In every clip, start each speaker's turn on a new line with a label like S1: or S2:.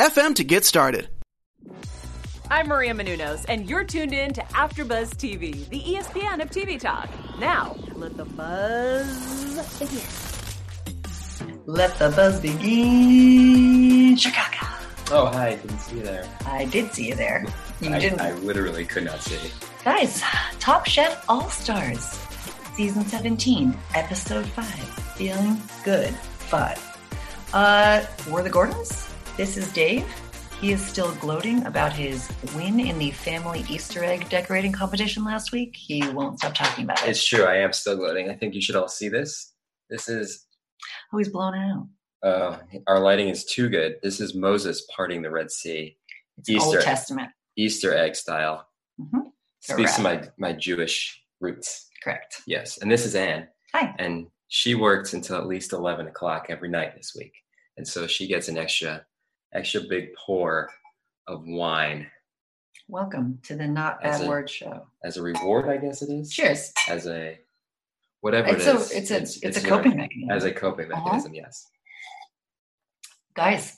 S1: to get started.
S2: I'm Maria Menounos, and you're tuned in to AfterBuzz TV, the E ESPN of TV talk. Now, let the buzz begin.
S3: Let the buzz begin. Chicago.
S4: Oh, hi, I didn't see you there.
S3: I did see you there. You
S4: I,
S3: didn't.
S4: I literally could not see.
S3: Guys, Top Chef All Stars, Season 17, Episode 5. Feeling good. But, uh, we're the Gordons. This is Dave. He is still gloating about his win in the family Easter egg decorating competition last week. He won't stop talking about it.
S4: It's true, I am still gloating. I think you should all see this. This is,
S3: Oh, he's blown out.
S4: uh, our lighting is too good. This is Moses parting the Red Sea,
S3: It's
S4: Easter.
S3: Old Testament.
S4: Easter egg style.
S3: Mhm.
S4: Speaks to my, my Jewish roots.
S3: Correct.
S4: Yes, and this is Anne,
S3: Hi.
S4: and she worked until at least 11 o'clock every night this week. And so she gets an extra, extra big pour of wine
S3: Welcome to the Not
S4: As
S3: Bad
S4: a-
S3: Word Show.
S4: as a reward, I guess it is.
S3: Cheers.
S4: As a, whatever
S3: It's
S4: it
S3: a,
S4: is.
S3: it's a, it's, a
S4: your-
S3: coping mechanism.
S4: as a coping
S3: Uh-huh.
S4: mechanism. Yes,
S3: guys,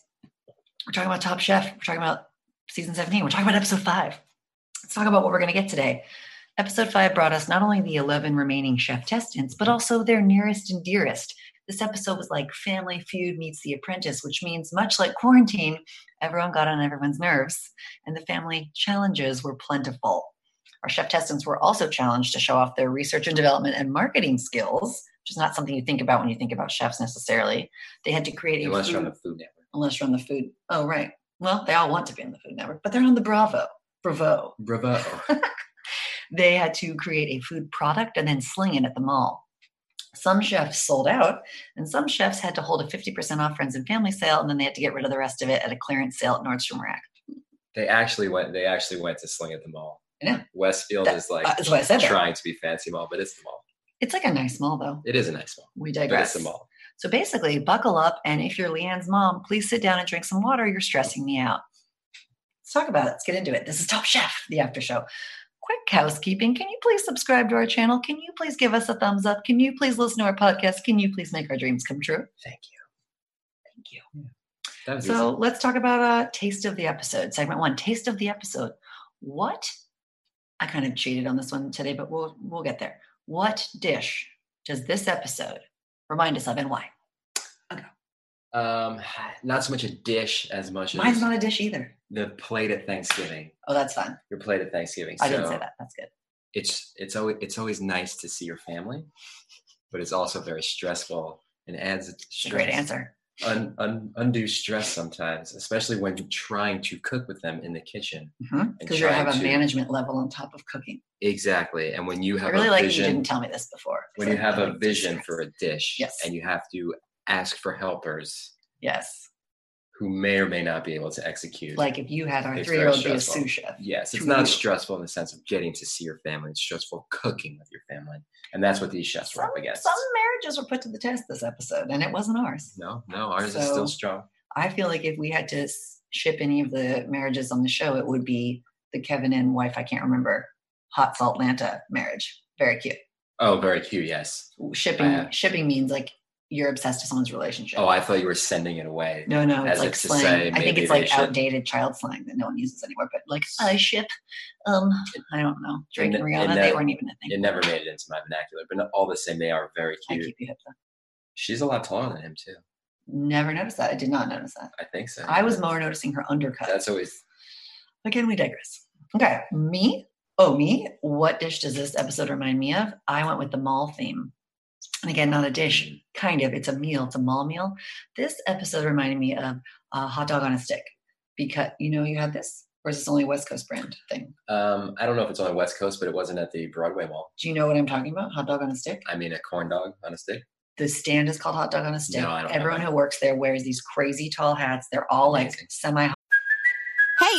S3: we're talking about Top Chef. We're talking about season 17. We're talking about episode five. Let's talk about what we're going to get today. Episode five brought us not only the 11 remaining chef testants, but also their nearest and dearest. This episode was like Family Feud meets The Apprentice, which means much like quarantine, everyone got on everyone's nerves, and the family challenges were plentiful. Our chef testants were also challenged to show off their research and development and marketing skills, which is not something you think about when you think about chefs necessarily. They had to create a
S4: unless you're on
S3: food-
S4: the Food Network.
S3: unless you're on the food. Oh, right. Well, they all want to be on the Food Network, but they're on the Bravo. Bravo.
S4: Bravo.
S3: They had to create a food product and then sling it at the mall. Some chefs sold out, and some chefs had to hold a 50% off friends and family sale, and then they had to get rid of the rest of it at a clearance sale at Nordstrom Rack.
S4: they actually went. They actually went to Sling at the mall.
S3: I know.
S4: Westfield
S3: That-
S4: is like
S3: uh, that's why I said that.
S4: trying to be fancy mall, but it's the mall.
S3: It's like a nice mall, though.
S4: It is a nice mall,
S3: We
S4: but it's
S3: digress.
S4: the mall.
S3: So basically, buckle up, and if you're Leanne's mom, please sit down and drink some water. You're stressing me out. Let's talk about it. Let's get into it. This is Top Chef, the after show. Quick housekeeping. Can you please subscribe to our channel? Can you please give us a thumbs up? Can you please listen to our podcast? Can you please make our dreams come true?
S4: Thank you.
S3: Thank you.
S4: That was
S3: So
S4: easy.
S3: let's talk about uh, taste of the episode, segment one. Taste of the episode. What? I kind of cheated on this one today, but we'll we'll get there. What dish does this episode remind us of, and why?
S4: um, not so much a dish as much
S3: Mine's
S4: as
S3: not a dish either.
S4: the plate at Thanksgiving.
S3: Oh, that's fun.
S4: Your plate at Thanksgiving.
S3: I didn't
S4: So
S3: say that. That's good.
S4: It's it's always it's always nice to see your family, but it's also very stressful and adds
S3: It's a
S4: stress.
S3: great answer.
S4: un, un, undue stress sometimes, especially when trying to cook with them in the kitchen.
S3: Mhm.
S4: And
S3: Because you have a
S4: trying to-
S3: management level on top of cooking.
S4: Exactly, and when you
S3: I
S4: have
S3: really
S4: a
S3: like that you
S4: vision,
S3: didn't tell me this before.
S4: when
S3: So
S4: you have
S3: I
S4: a
S3: like to
S4: vision
S3: distract.
S4: for a dish,
S3: Yes.
S4: and you have to ask for helpers
S3: yes,
S4: who may or may not be able to execute.
S3: like if you had our
S4: It's
S3: three
S4: very
S3: year old be a
S4: stressful.
S3: sous chef.
S4: yes, it's
S3: to you.
S4: not stressful in the sense of getting to see your family; it's stressful cooking with your family, and that's what these chefs were
S3: Some,
S4: up against.
S3: some marriages were put to the test this episode, and it wasn't ours.
S4: No, no, ours is
S3: So-
S4: still strong.
S3: I feel like if we had to s- ship any of the marriages on the show, it would be the Kevin and wife I can't remember hot salt Lanta marriage. Very cute.
S4: Oh, very cute. Yes.
S3: Shipping
S4: Uh,
S3: shipping means like you're obsessed with someone's relationship.
S4: Oh, I thought you were sending it away.
S3: No, no, it's
S4: as
S3: like
S4: if to
S3: slang.
S4: say,
S3: I think
S4: maybe
S3: it's
S4: they
S3: like
S4: should.
S3: outdated child slang that no one uses anymore. But like I ship, um, I don't know. Drake and
S4: And-
S3: Rihanna,
S4: and
S3: they
S4: that-
S3: weren't even a thing.
S4: It never made it into my vernacular, but all the same, they are very
S3: I
S4: cute.
S3: keep you hip though.
S4: She's a lot taller than him too.
S3: Never noticed that. I did not notice that.
S4: I think so.
S3: I was more noticing her undercut.
S4: That's always
S3: Again, we digress. Okay, me. Oh, me. What dish does this episode remind me of? I went with the mall theme. And again, not a dish, kind of. It's a meal. It's a mall meal. This episode reminded me of a hot dog on a stick because you know you had this, or is this only West Coast brand thing?
S4: Um, I don't know if it's on the West Coast, but it wasn't at the Broadway Mall.
S3: Do you know what I'm talking about? Hot dog on a stick.
S4: I mean, a corn dog on a stick.
S3: The stand is called hot dog on a stick.
S4: No, I don't know
S3: Everyone
S4: that.
S3: who works there wears these crazy tall hats. They're all like
S4: Amazing.
S3: semi
S5: Hey,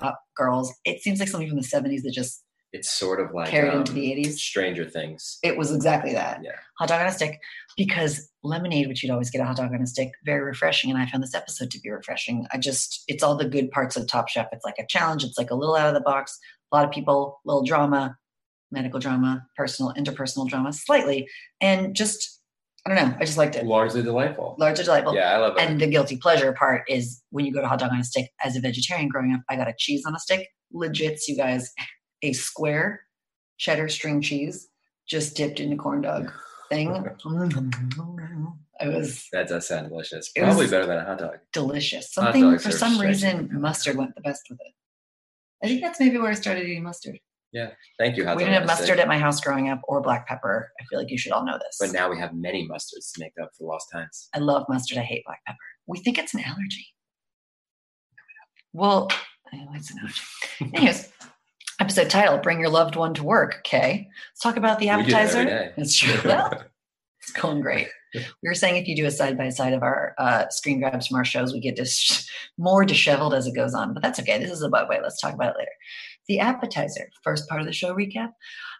S3: Up girls. It seems like something from the 70s that just
S4: It's sort of like
S3: carried
S4: um,
S3: into the 80s.
S4: Stranger Things.
S3: It was exactly that.
S4: Yeah.
S3: Hot dog on a stick. Because lemonade, which you'd always get a hot dog on a stick, very refreshing. And I found this episode to be refreshing. I just, it's all the good parts of Top Chef. It's like a challenge. It's like a little out of the box. A lot of people, little drama, medical drama, personal, interpersonal drama, slightly. And just, I don't know. I just liked it.
S4: Largely delightful.
S3: Largely delightful.
S4: yeah, I love it.
S3: And the guilty pleasure part is when you go to hot dog on a stick. As a vegetarian growing up, I got a cheese on a stick. Legits, you guys, a square cheddar string cheese just dipped in the corn dog thing. It was
S4: that does sound delicious.
S3: It was-
S4: Probably better than a hot dog.
S3: delicious.
S4: Hot
S3: Something
S4: dogs
S3: for
S4: are
S3: some
S4: sexy.
S3: reason mustard went the best with it. I think that's maybe where I started eating mustard.
S4: Thank you. Hot
S3: we
S4: dog
S3: didn't have
S4: on a stick.
S3: mustard at my house growing up or black pepper. I feel like you should all know this.
S4: But now we have many mustards to make up for lost times.
S3: I love mustard. I hate black pepper. We think it's an allergy. Well, I know it's an allergy. Anyways, episode title Bring Your Loved One to Work. Okay. Let's talk about the
S4: We do that every
S3: appetizer.
S4: day.
S3: That's true. Well, it's going great. We were saying if you do a side by side of our uh, screen grabs from our shows, we get dis- more disheveled as it goes on, but that's okay. This is a bug way. Let's talk about it later. The appetizer, first part of the show recap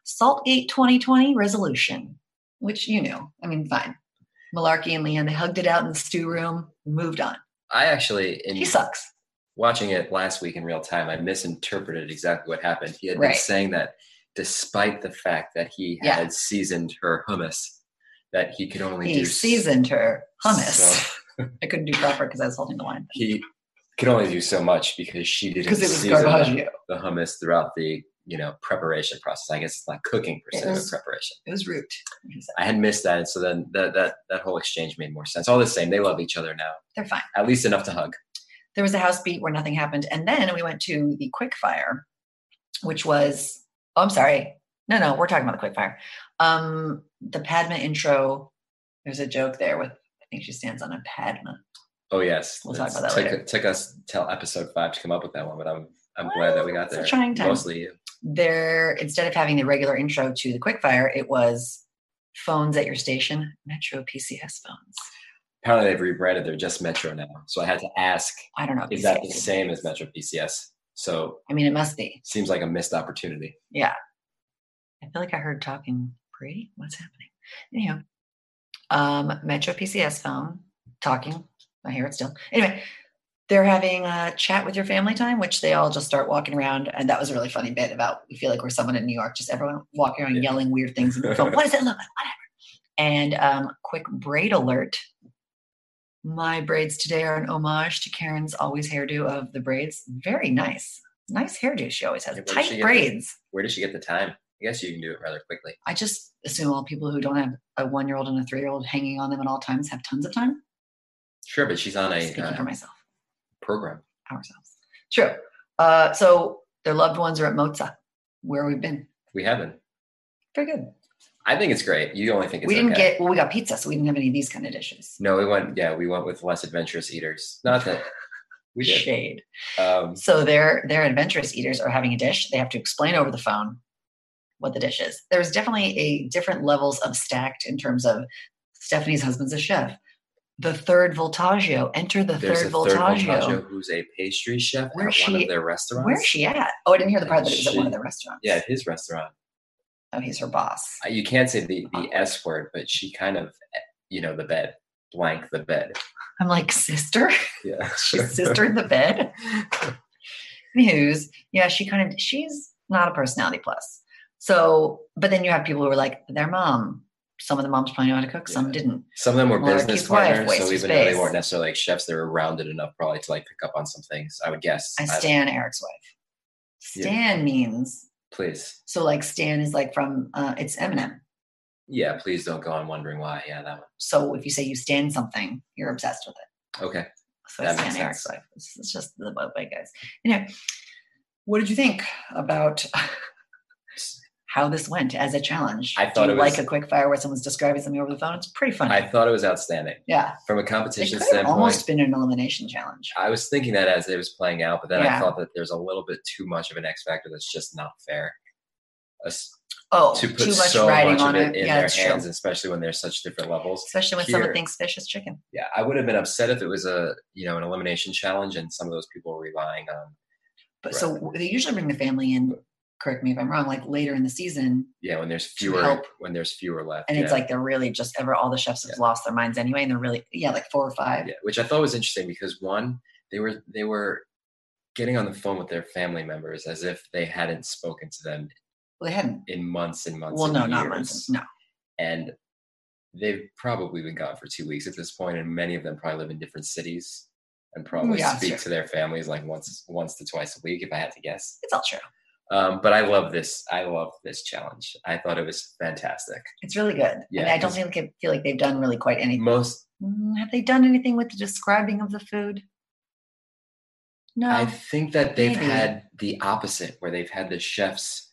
S3: Saltgate 2020 resolution, which you knew. I mean, fine. Malarkey and Leanne, they hugged it out in the stew room, moved on.
S4: I actually, in
S3: He sucks.
S4: watching it last week in real time, I misinterpreted exactly what happened. He had
S3: Right.
S4: been saying that despite the fact that he
S3: Yeah.
S4: had seasoned her hummus, that he could only
S3: He
S4: do
S3: seasoned her hummus.
S4: So-
S3: I couldn't do proper because I was holding the wine
S4: he could only do so much because she didn't
S3: because it was
S4: season the,
S3: Garbaggio.
S4: the hummus throughout the you know preparation process. I guess it's not cooking per se,
S3: It
S4: but
S3: was-
S4: preparation.
S3: It was root.
S4: I had missed that, and so then that that that whole exchange made more sense. All the same, they love each other now,
S3: They're fine.
S4: at least enough to hug.
S3: there was a house beat where nothing happened. And then we went to the quick fire, which was, oh, I'm sorry. No, no, we're talking about the quick fire. Um, the Padma intro, there's a joke there with, I think she stands on a Padma.
S4: Oh yes,
S3: We'll talk
S4: It's-
S3: about that
S4: took,
S3: later.
S4: took us till episode five to come up with that one, but I'm I'm glad that we got
S3: It's a
S4: there.
S3: trying time.
S4: Mostly you.
S3: There, instead of having the regular intro to the quick fire, it was phones at your station, Metro PCS phones.
S4: Apparently they've rebranded. They're just Metro now, so I had to ask:
S3: I don't know. if
S4: Is that the
S3: PCS
S4: same as Metro PCS? So
S3: I mean, it must be.
S4: seems like a missed opportunity.
S3: I feel like I heard talking Brady. What's happening? Anyhow, um, Metro PCS phone talking. I hear it still. Anyway, they're having a chat with your family time, which they all just start walking around. And that was a really funny bit about we feel like we're someone in New York, just everyone walking around
S4: Yeah.
S3: yelling weird things in the phone. What does it look like? Whatever. And um, quick braid alert. My braids today are an homage to Karen's always hairdo of the braids. Very nice. Nice hairdo she always has.
S4: Yeah, where did she
S3: Tight
S4: get
S3: braids.
S4: Where did she get the time? I guess you can do it rather quickly.
S3: I just assume all people who don't have a one year old and a three year old hanging on them at all times have tons of time.
S4: Sure, but she's on a
S3: Speaking for
S4: uh,
S3: myself,
S4: program.
S3: ourselves. True. Uh, so their loved ones are at Moza, where we've been.
S4: We haven't.
S3: Very good.
S4: I think it's great. You only think it's
S3: we didn't
S4: okay.
S3: get, well, we got pizza, so we didn't have any of these kind of dishes.
S4: No, we went. Yeah, we went with less adventurous eaters. Not that we did.
S3: Shade.
S4: Um,
S3: So their their adventurous eaters are having a dish. They have to explain over the phone what the dish is. There's definitely a different levels of stacked in terms of Stephanie's husband's a chef. The third Voltaggio. Enter the
S4: there's
S3: third
S4: a third
S3: Voltaggio.
S4: Voltaggio who's a pastry chef
S3: Where's
S4: at one
S3: she-
S4: of their restaurants.
S3: Where's she at? Oh, I didn't hear the part that it was at one of
S4: She-
S3: the restaurants.
S4: Yeah, at his restaurant.
S3: Oh, he's her boss.
S4: Uh, You can't say the the S word, but she kind of, you know, the bed blank the bed.
S3: I'm like, sister?
S4: Yeah,
S3: She's sister in the bed? News. Yeah, she kind of, she's not a personality plus. So, but then you have people who are like, their mom. Some of the moms probably know how to cook, some
S4: Yeah.
S3: didn't.
S4: Some of them were
S3: Well, like
S4: business
S3: his wife
S4: partners, so
S3: wastes
S4: even though they
S3: space.
S4: weren't necessarily like chefs, they were rounded enough probably to like pick up on some things. I would guess.
S3: I
S4: don't-
S3: Stan, Eric's wife.
S4: Yeah.
S3: Stan means,
S4: please,
S3: so like Stan is like from, uh, it's Eminem.
S4: yeah, please don't go on wondering why. Yeah, that one.
S3: So if you say you stand something, you're obsessed with it.
S4: Okay,
S3: So
S4: That
S3: it's
S4: makes
S3: Stan Eric's
S4: sense.
S3: wife. It's, it's just the both way, guys. Anyway, What did you think about how this went as a challenge?
S4: I thought
S3: Do
S4: it
S3: you
S4: was-
S3: like a quick fire where someone's describing something over the phone. It's pretty funny.
S4: I thought it was outstanding
S3: yeah,
S4: from a
S3: it
S4: competition
S3: could have
S4: standpoint.
S3: almost been an elimination challenge.
S4: I was thinking that as it was playing out, but then
S3: Yeah.
S4: I thought that there's a little bit too much of an X factor that's just not fair. Us-
S3: Oh,
S4: to put
S3: too much
S4: so
S3: riding
S4: much
S3: on
S4: of it, in
S3: Yeah,
S4: their
S3: that's true.
S4: hands, especially when there's such different levels.
S3: Especially when
S4: Here-
S3: someone thinks fish is chicken.
S4: Yeah, I would have been upset if it was a you know an elimination challenge and some of those people were relying on
S3: But so they usually bring the family in. Correct me if I'm wrong. Like later in the season,
S4: yeah when there's
S3: To
S4: fewer
S3: help.
S4: when there's fewer left
S3: and it's
S4: yeah.
S3: like they're really just ever all the chefs have
S4: Yeah.
S3: lost their minds anyway, and they're really yeah like four or five.
S4: yeah, which I thought was interesting because one they were they were getting on the phone with their family members as if they hadn't spoken to them
S3: Well, they hadn't.
S4: in months and months.
S3: Well,
S4: and
S3: no,
S4: years.
S3: not months. No,
S4: and they've probably been gone for two weeks at this point, and many of them probably live in different cities and probably
S3: Yeah,
S4: speak
S3: sure.
S4: to their families like once once to twice a week, if I had to guess.
S3: it's all true.
S4: Um, but I love this. I love this challenge. I thought it was fantastic.
S3: It's really good.
S4: Yeah,
S3: I, mean, I don't
S4: 'cause-
S3: think I feel like they've done really quite anything.
S4: Most
S3: Mm, Have they done anything with the describing of the food? No.
S4: I think that they've
S3: maybe.
S4: had the opposite, where they've had the chefs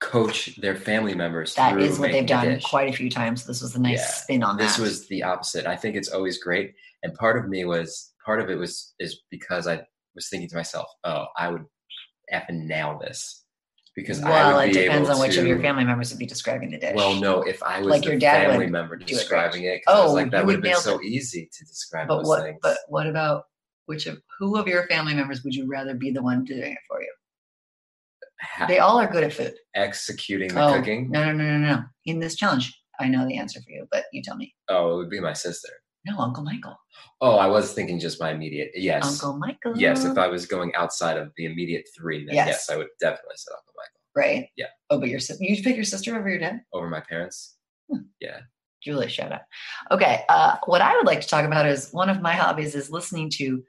S4: coach their family members.
S3: that
S4: through
S3: is what
S4: making
S3: they've
S4: a
S3: done
S4: dish.
S3: quite a few times. This was a nice
S4: Yeah,
S3: spin on
S4: this
S3: that.
S4: was the opposite i think it's always great and part of me was part of it was is because i was thinking to myself oh i would effing nail this because
S3: well,
S4: i would
S3: it
S4: be
S3: depends
S4: able
S3: on which
S4: to,
S3: of your family members would be describing the dish.
S4: well no if i was
S3: Like
S4: the
S3: your dad
S4: family
S3: would
S4: member
S3: do it, right?
S4: describing it 'cause I was
S3: Oh,
S4: like that
S3: you
S4: would
S3: would
S4: have been
S3: nail
S4: so
S3: it.
S4: easy to describe
S3: but
S4: those
S3: what?
S4: things
S3: But what about which of who of your family members would you rather be the one doing it for you?
S4: Ha-
S3: They all are good at food.
S4: executing the
S3: Oh,
S4: cooking
S3: No, no, no, no, no. In this challenge, I know the answer for you, but you tell me.
S4: oh it would be my sister
S3: No, Uncle Michael.
S4: oh i was thinking just my immediate yes
S3: Uncle Michael.
S4: yes if i was going outside of the immediate three then yes,
S3: Yes.
S4: i would definitely set up my
S3: right.
S4: Yeah.
S3: Oh, but your si- you pick your sister over your dad.
S4: over my parents
S3: Julie, shout out. Okay. Uh, what I would like to talk about is one of my hobbies is listening to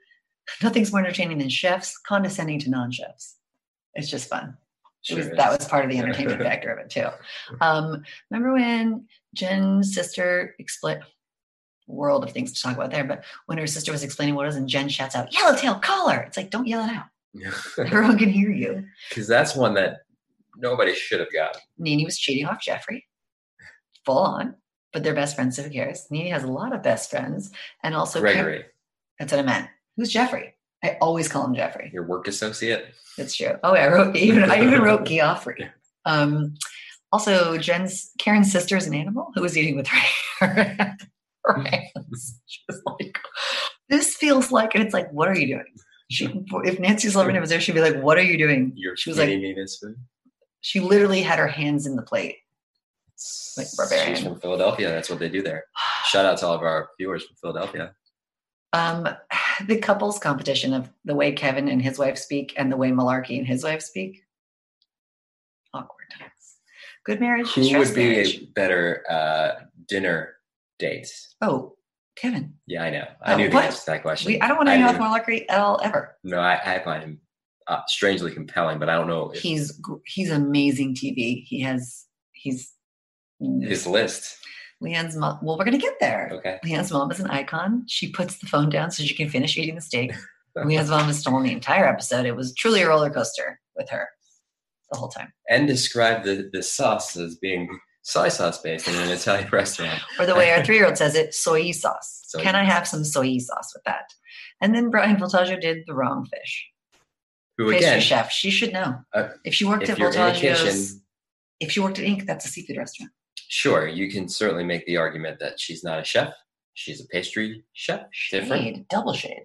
S3: nothing's more entertaining than chefs condescending to non chefs. It's just fun. It was-
S4: Sure
S3: that
S4: is.
S3: was part of the entertainment factor of it, too. Um, remember when Jen's sister explained? World of things to talk about there, but when her sister was explaining what it was, and Jen shouts out, Yellowtail collar. It's like, don't yell it out. Everyone can hear you.
S4: because that's one that nobody should have gotten.
S3: Nini was cheating off Jeffrey, full on, but they're best friends, so who cares? Nini has a lot of best friends. And also, Kim-
S4: Gregory,
S3: that's what I meant. Who's Jeffrey? I always call him Jeffrey.
S4: your work associate.
S3: That's true. Oh, yeah, I wrote even I even wrote Geoffrey. Um, also, Jen's Karen's sister is an animal who was eating with her,
S4: Mm-hmm.
S3: her hands. She was like, "This feels like," and it's like, "What are you doing?" She, if Nancy Sullivan was there, she'd be like, "What are you doing?"
S4: You're
S3: She
S4: she
S3: was like-
S4: me this food.
S3: She literally had her hands in the plate. Like barbarian.
S4: She's from Philadelphia. That's what they do there. Shout out to all of our viewers from Philadelphia.
S3: Um, the couples competition of the way Kevin and his wife speak and the way Malarkey and his wife speak. Awkward. Good marriage.
S4: Who
S3: stress
S4: would be
S3: marriage.
S4: a better uh, dinner date?
S3: Oh, Kevin.
S4: Yeah, I know. I
S3: Oh,
S4: knew the
S3: what?
S4: answer to that question.
S3: We, I don't want to hang out with
S4: knew-
S3: Malarkey at all ever.
S4: No, I, I find him uh, strangely compelling, but I don't know if
S3: He's gr- he's amazing TV. He has he's
S4: his list.
S3: Leanne's mom. Well, we're gonna get there.
S4: Okay.
S3: Leanne's mom is an icon. She puts the phone down so she can finish eating the steak. Leanne's mom has stolen the entire episode. It was truly a roller coaster with her the whole time.
S4: And describe the, the sauce as being soy sauce based in an Italian restaurant.
S3: or the way our three-year-old says it, soy sauce.
S4: Soy
S3: Can I have some soy sauce with that? And then Brian Voltaggio did the wrong fish.
S4: Who
S3: Pastry
S4: again?
S3: chef. She should know.
S4: Uh,
S3: if she worked
S4: if
S3: at
S4: you're in a
S3: Voltaggio's,
S4: kitchen,
S3: if she worked at Inc., that's a seafood restaurant.
S4: sure, you can certainly make the argument that she's not a chef. She's a pastry chef. Different.
S3: Shade, double shade.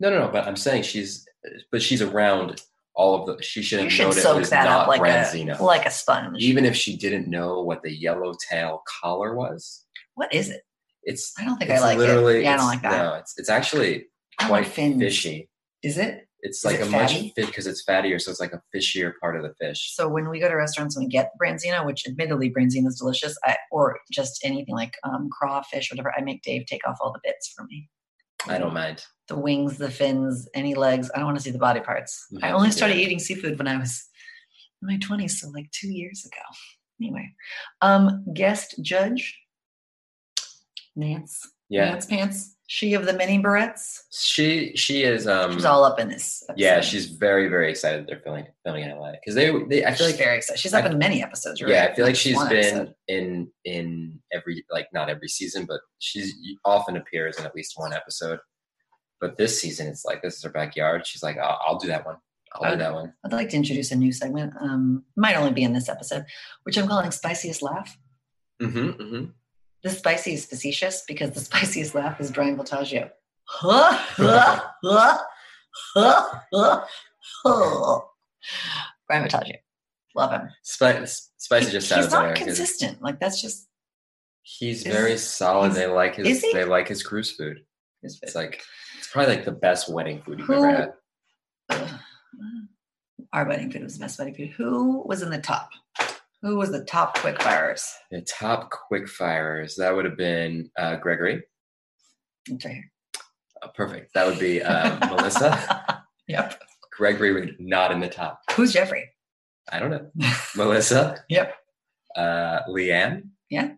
S4: No, no, no. But I'm saying she's, but she's around all of the. She should
S3: You
S4: have
S3: should
S4: known it
S3: soak
S4: was
S3: that
S4: not
S3: up like
S4: branzino.
S3: a like a sponge.
S4: Even if she didn't know what the yellowtail collar was,
S3: what is it?
S4: it's.
S3: I don't think
S4: it's
S3: I like
S4: literally.
S3: it. Yeah, I don't like
S4: it's-
S3: that.
S4: No, it's it's actually
S3: I
S4: quite
S3: like fins.
S4: fishy.
S3: Is it?
S4: It's
S3: Is
S4: like
S3: it
S4: a
S3: fatty?
S4: much fish because it's fattier, so it's like a fishier part of the fish.
S3: So when we go to restaurants and we get branzino, which admittedly branzino is delicious, I, or just anything like um, crawfish, whatever, I make Dave take off all the bits for me.
S4: I don't mind.
S3: the wings, the fins, any legs. I don't want to see the body parts. I
S4: Mhm.
S3: only started eating seafood when I was in my 20s, so like two years ago. Anyway, um, guest judge, Nance.
S4: Yeah,
S3: Nance Pants. She of the mini barrettes.
S4: She she is um
S3: She's all up in this. episode.
S4: yeah she's very very excited they're filming filming in LA because they they I feel
S3: she's
S4: like
S3: very excited. She's up
S4: I-
S3: in many episodes. Right?
S4: yeah I feel like
S3: Just
S4: she's
S3: one
S4: been
S3: episode.
S4: in in every like not every season but she's often appears in at least one episode but this season it's like this is her backyard she's like I'll, I'll do that one I'll do
S3: Okay.
S4: that one
S3: I'd like to introduce a new segment. Um, might only be in this episode, which I'm calling "Spiciest Laugh."
S4: mm-hmm, mm-hmm.
S3: The spicy is facetious because the spiciest laugh is Brian Voltaggio. Huh, huh, huh, huh, huh, huh. Brian Voltaggio, love him.
S4: Spice Spicy
S3: He-
S4: just
S3: he's
S4: sounds
S3: not
S4: better 'cause
S3: consistent. Like that's just
S4: He's
S3: Is-
S4: very solid.
S3: is-
S4: They like
S3: is
S4: his
S3: he?
S4: they like his cruise food.
S3: his
S4: It's like it's probably like the best wedding food you've
S3: Who-
S4: ever had.
S3: our wedding food was the best wedding food. Who was in the top? Who was the top quick fires?
S4: The top quick firers that would have been uh, Gregory.
S3: It's right here.
S4: Uh, perfect. That would be uh, Melissa.
S3: Yep.
S4: Gregory would not in the top.
S3: Who's Jeffrey?
S4: I don't know. Melissa.
S3: Yep.
S4: Uh, Leanne.
S3: Yeah.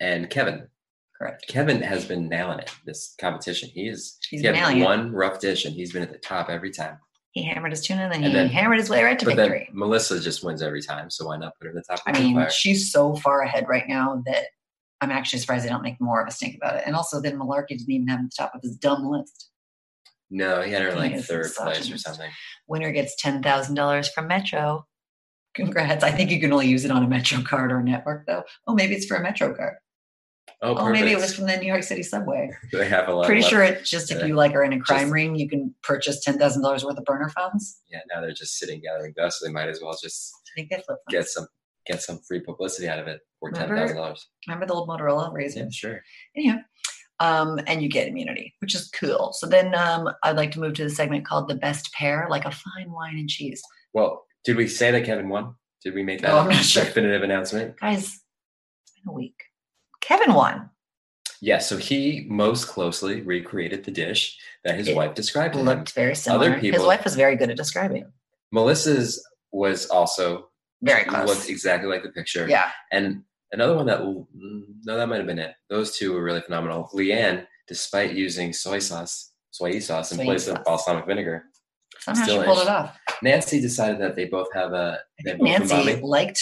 S4: And Kevin.
S3: Correct.
S4: Kevin has been nailing it this competition. He is
S3: He's
S4: he had
S3: nailing it.
S4: one rough dish and he's been at the top every time.
S3: He hammered his tuna, and then
S4: And
S3: he
S4: then-
S3: hammered his way right to
S4: but
S3: victory.
S4: then Melissa just wins every time, so why not put her in the top?
S3: I
S4: quick
S3: mean,
S4: fire?
S3: she's so far ahead right now that I'm actually surprised they don't make more of a stink about it. And also, then Malarkey didn't even have it at the top of his dumb list.
S4: No, he had her
S3: He
S4: like
S3: is
S4: third place or
S3: misogynist.
S4: something.
S3: Winner gets ten thousand dollars from Metro. Congrats! I think you can only use it on a Metro card or network, though. Oh, maybe it's for a Metro card.
S4: Oh,
S3: Oh, maybe it was from the New York City subway.
S4: They have a lot.
S3: Pretty
S4: left.
S3: sure it's just if
S4: Yeah.
S3: you like are in a crime
S4: Just-
S3: ring, you can purchase ten thousand dollars worth of burner phones.
S4: Yeah, now they're just sitting gathering dust. So they might as well just
S3: I think they flip
S4: get some get some free publicity out of it for ten
S3: Remember?
S4: thousand dollars.
S3: Remember the old Motorola razor?
S4: Yeah, sure.
S3: anyhow um, and you get immunity which is cool so then um, i'd like to move to the segment called the best pair like a fine wine and cheese
S4: Well, did we say that Kevin won? Did we make that
S3: Oh, I'm not sure.
S4: definitive announcement?
S3: guys it's been a week kevin won
S4: Yeah. So he most closely recreated the dish that his
S3: It
S4: wife described to him.
S3: looked very similar his
S4: people-
S3: wife was very good at describing it.
S4: Melissa's was also
S3: very close
S4: looked exactly like the picture.
S3: yeah
S4: And another one that mm, no, that might have been it. Those two were really phenomenal. Leanne, despite using soy sauce, soy sauce in
S3: Soy
S4: place
S3: sauce.
S4: of balsamic vinegar,
S3: somehow
S4: Still
S3: she pulled
S4: is.
S3: it off
S4: Nancy decided that they both have a.
S3: I
S4: they
S3: think
S4: both
S3: nancy
S4: umami.
S3: liked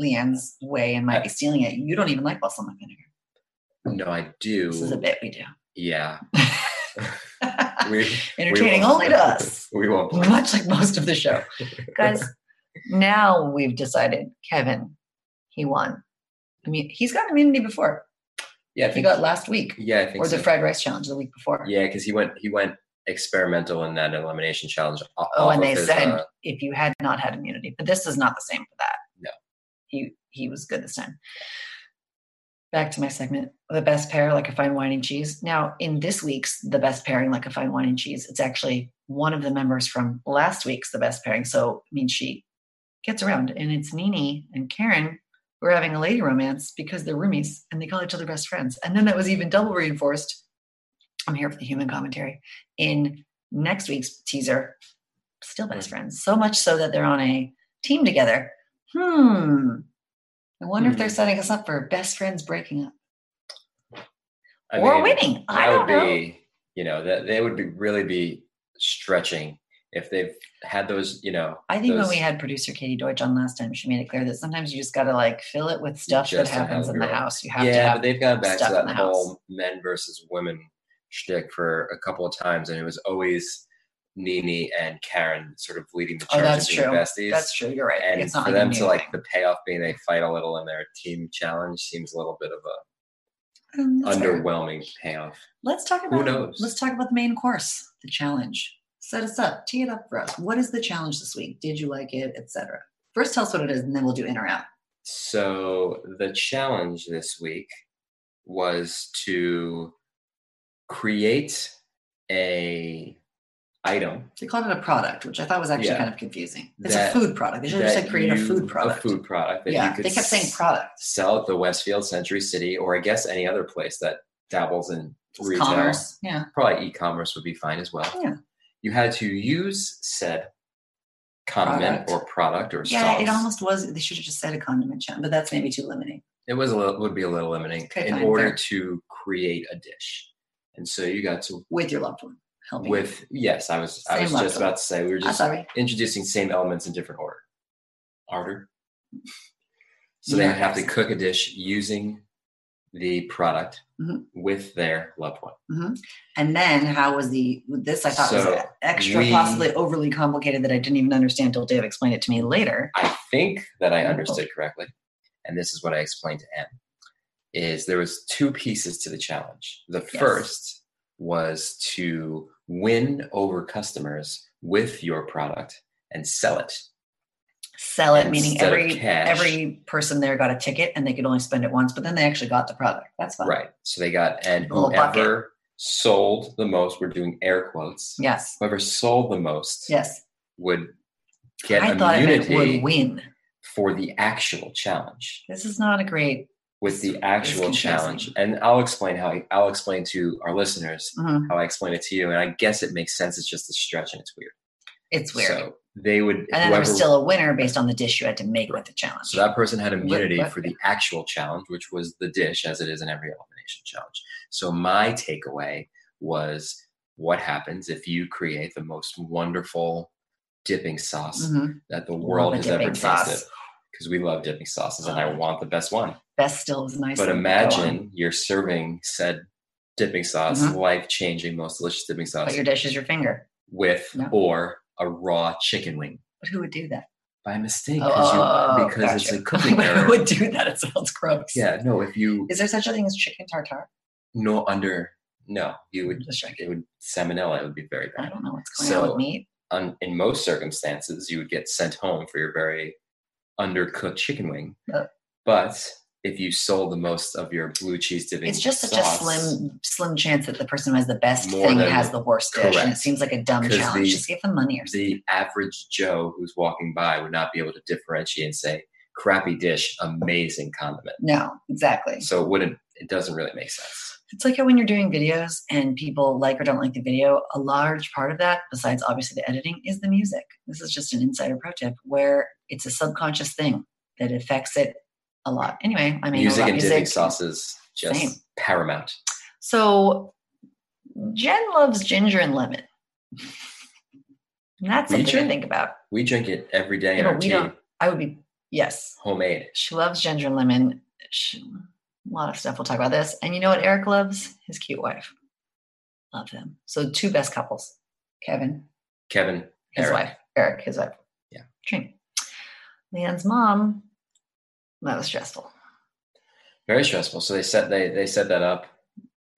S3: leanne's way and might be stealing it you don't even like balsamic vinegar
S4: No, I do.
S3: this is a bit we do
S4: yeah, we we
S3: entertaining
S4: won't-
S3: only to us
S4: We won't. blame.
S3: much like most of the show. Guys, now we've decided Kevin, he won. I mean, he's got immunity before.
S4: Yeah, I
S3: He
S4: think.
S3: got last week
S4: yeah, I think.
S3: or the
S4: so.
S3: fried rice challenge the week before.
S4: Yeah, because he went. He went experimental in that elimination challenge. o-
S3: Oh,
S4: off
S3: and
S4: of
S3: they
S4: his,
S3: said
S4: uh,
S3: if you had not had immunity, but this is not the same for that.
S4: No.
S3: He he was good this time. Back to my segment, the best pair like a fine wine and cheese. Now, in this week's the best pairing like a fine wine and cheese, it's actually one of the members from last week's the best pairing. So, I mean, she gets around, and it's Nini and Karen who are having a lady romance because they're roomies and they call each other best friends. And then that was even double reinforced. I'm here for the human commentary in next week's teaser still
S4: Hmm.
S3: best friends. So much so that they're on a team together. Hmm. I wonder if they're
S4: Hmm.
S3: setting us up for best friends breaking up
S4: I
S3: or
S4: mean,
S3: winning. I
S4: that would
S3: don't know.
S4: be you know that they would be really be stretching if they've had those you know
S3: I think
S4: those-
S3: when we had producer Katie Deutsch on last time, she made it clear that sometimes you just got to like fill it with stuff that
S4: just to have
S3: happens in
S4: your-
S3: the house. You have
S4: yeah
S3: to
S4: but
S3: have.
S4: they've gone back
S3: stuff
S4: to
S3: in the
S4: that
S3: house.
S4: whole men versus women shtick for a couple of times and it was always Nene and Karen sort of leading the
S3: Oh,
S4: charge
S3: that's
S4: and being
S3: true.
S4: besties
S3: That's true. You're right.
S4: and
S3: it's not
S4: for
S3: like a
S4: them
S3: new
S4: to like
S3: thing.
S4: the payoff being they fight a little in their team challenge seems a little bit of a
S3: Um, that's fair.
S4: underwhelming payoff
S3: Let's talk
S4: Who
S3: about.
S4: knows?
S3: Let's talk about the main course, the challenge. Set us up. Tee it up for us. What is the challenge this week? Did you like it, etc. First, tell us what it is, and then we'll do in or out.
S4: So the challenge this week was to create a item
S3: They called it a product, which I thought was actually
S4: Yeah.
S3: kind of confusing. It's
S4: That-
S3: a food product. They should have
S4: that
S3: said create a
S4: you-
S3: food product.
S4: A food product that
S3: yeah,
S4: you could
S3: they kept saying
S4: s-
S3: product.
S4: sell at the Westfield Century City, or I guess any other place that dabbles in
S3: It's
S4: retail.
S3: commerce. Yeah.
S4: Probably e-commerce would be fine as well.
S3: Yeah.
S4: You had to use said condiment
S3: Product.
S4: or product or
S3: Yeah,
S4: sauce.
S3: it almost was. They should have just said a condiment challenge, but that's maybe too limiting.
S4: It was a little, would be a little limiting
S3: Okay,
S4: in
S3: fine,
S4: order
S3: fair.
S4: to create a dish. And so you got to
S3: with your loved one helping.
S4: with yes, I was
S3: Same
S4: I was
S3: level.
S4: just about to say we were
S3: I'm
S4: just
S3: sorry.
S4: introducing same elements in different order. Order. So
S3: Yeah.
S4: they have to cook a dish using the product
S3: Mhm.
S4: with their loved one.
S3: And then how was the this? I thought was
S4: So,
S3: extra,
S4: we-
S3: possibly overly complicated that I didn't even understand until Dave explained it to me later.
S4: I think that I
S3: Oh.
S4: understood correctly, and this is what I explained to M, is there was two pieces to the challenge. The
S3: Yes.
S4: first was to win over customers with your product and sell it.
S3: Sell it, meaning
S4: Instead of
S3: every
S4: cash.
S3: every person there got a ticket and they could only spend it once, but then they actually got the product. That's fun.
S4: Right. So they got and
S3: Little bucket.
S4: whoever sold the most, we're doing air quotes.
S3: Yes.
S4: Whoever sold the most
S3: Yes.
S4: would get
S3: I thought it would
S4: immunity
S3: win.
S4: for the actual challenge.
S3: This is not a great.
S4: With the
S3: It's
S4: actual
S3: confusing.
S4: challenge, and I'll explain how I, I'll explain to our listeners
S3: mhm,
S4: how I explain it to you, and I guess it makes sense. It's just a stretch and it's weird.
S3: It's weird.
S4: So they would,
S3: and then there was
S4: whoever-
S3: still a winner based on the dish you had to make with the challenge.
S4: so that person had immunity
S3: What-
S4: for the actual challenge, which was the dish, as it is in every elimination challenge. So my takeaway was what happens if you create the most wonderful dipping sauce
S3: Mhm.
S4: that the
S3: Love
S4: world
S3: a
S4: has ever
S3: dipping sauce.
S4: tasted. Because we love dipping sauces, and I
S3: Uh,
S4: want the best one.
S3: Best still was nice.
S4: But
S3: and go on.
S4: imagine you're serving said dipping sauce,
S3: Mhm.
S4: life-changing, most delicious dipping sauce
S3: but your dish is your finger.
S4: with
S3: No.
S4: or a raw chicken wing
S3: But who would do that?
S4: by mistake
S3: Oh,
S4: 'cause you-
S3: oh, oh,
S4: because it's
S3: gotcha.
S4: a cooking
S3: But
S4: error.
S3: Who would do that? It sounds gross.
S4: yeah, no, if you
S3: Is there such a thing as chicken tartare?
S4: no under no, you would
S3: Just checking.
S4: it would salmonella. It would be very
S3: I
S4: bad.
S3: don't know what's going on
S4: So-
S3: with meat.
S4: Un, in most circumstances, you would get sent home for your very undercooked chicken wing.
S3: Uh.
S4: But if you sold the most of your blue cheese dipping,
S3: It's just such
S4: sauce,
S3: a slim, slim chance that the person who has the best
S4: More
S3: thing
S4: than-
S3: has the worst dish, and it
S4: correct.
S3: seems like a dumb
S4: 'Cause
S3: challenge.
S4: the-
S3: just give them money or something.
S4: The average Joe who's walking by would not be able to differentiate and say, "Crappy dish, amazing condiment."
S3: No, exactly.
S4: So it wouldn't. It doesn't really make sense.
S3: It's like how when you're doing videos and people like or don't like the video, a large part of that, besides obviously the editing, is the music. This is just an insider pro tip where it's a subconscious thing that affects it a lot. Anyway, I mean,
S4: music and dipping
S3: music.
S4: sauces just
S3: Same.
S4: paramount.
S3: So Jen loves ginger and lemon. And that's
S4: We
S3: something to
S4: drink-
S3: think about.
S4: We drink it every day in
S3: Yeah,
S4: our
S3: but we
S4: tea,
S3: don't- I would be, yes,
S4: homemade.
S3: she loves ginger and lemon. She, a lot of stuff. We'll talk about this. And you know what Eric loves? His cute wife. Love them. So two best couples. Kevin,
S4: Kevin,
S3: his
S4: Eric.
S3: wife. Eric, his wife.
S4: Yeah.
S3: Drink. Leanne's mom. That was stressful.
S4: very stressful. So they set they they set that up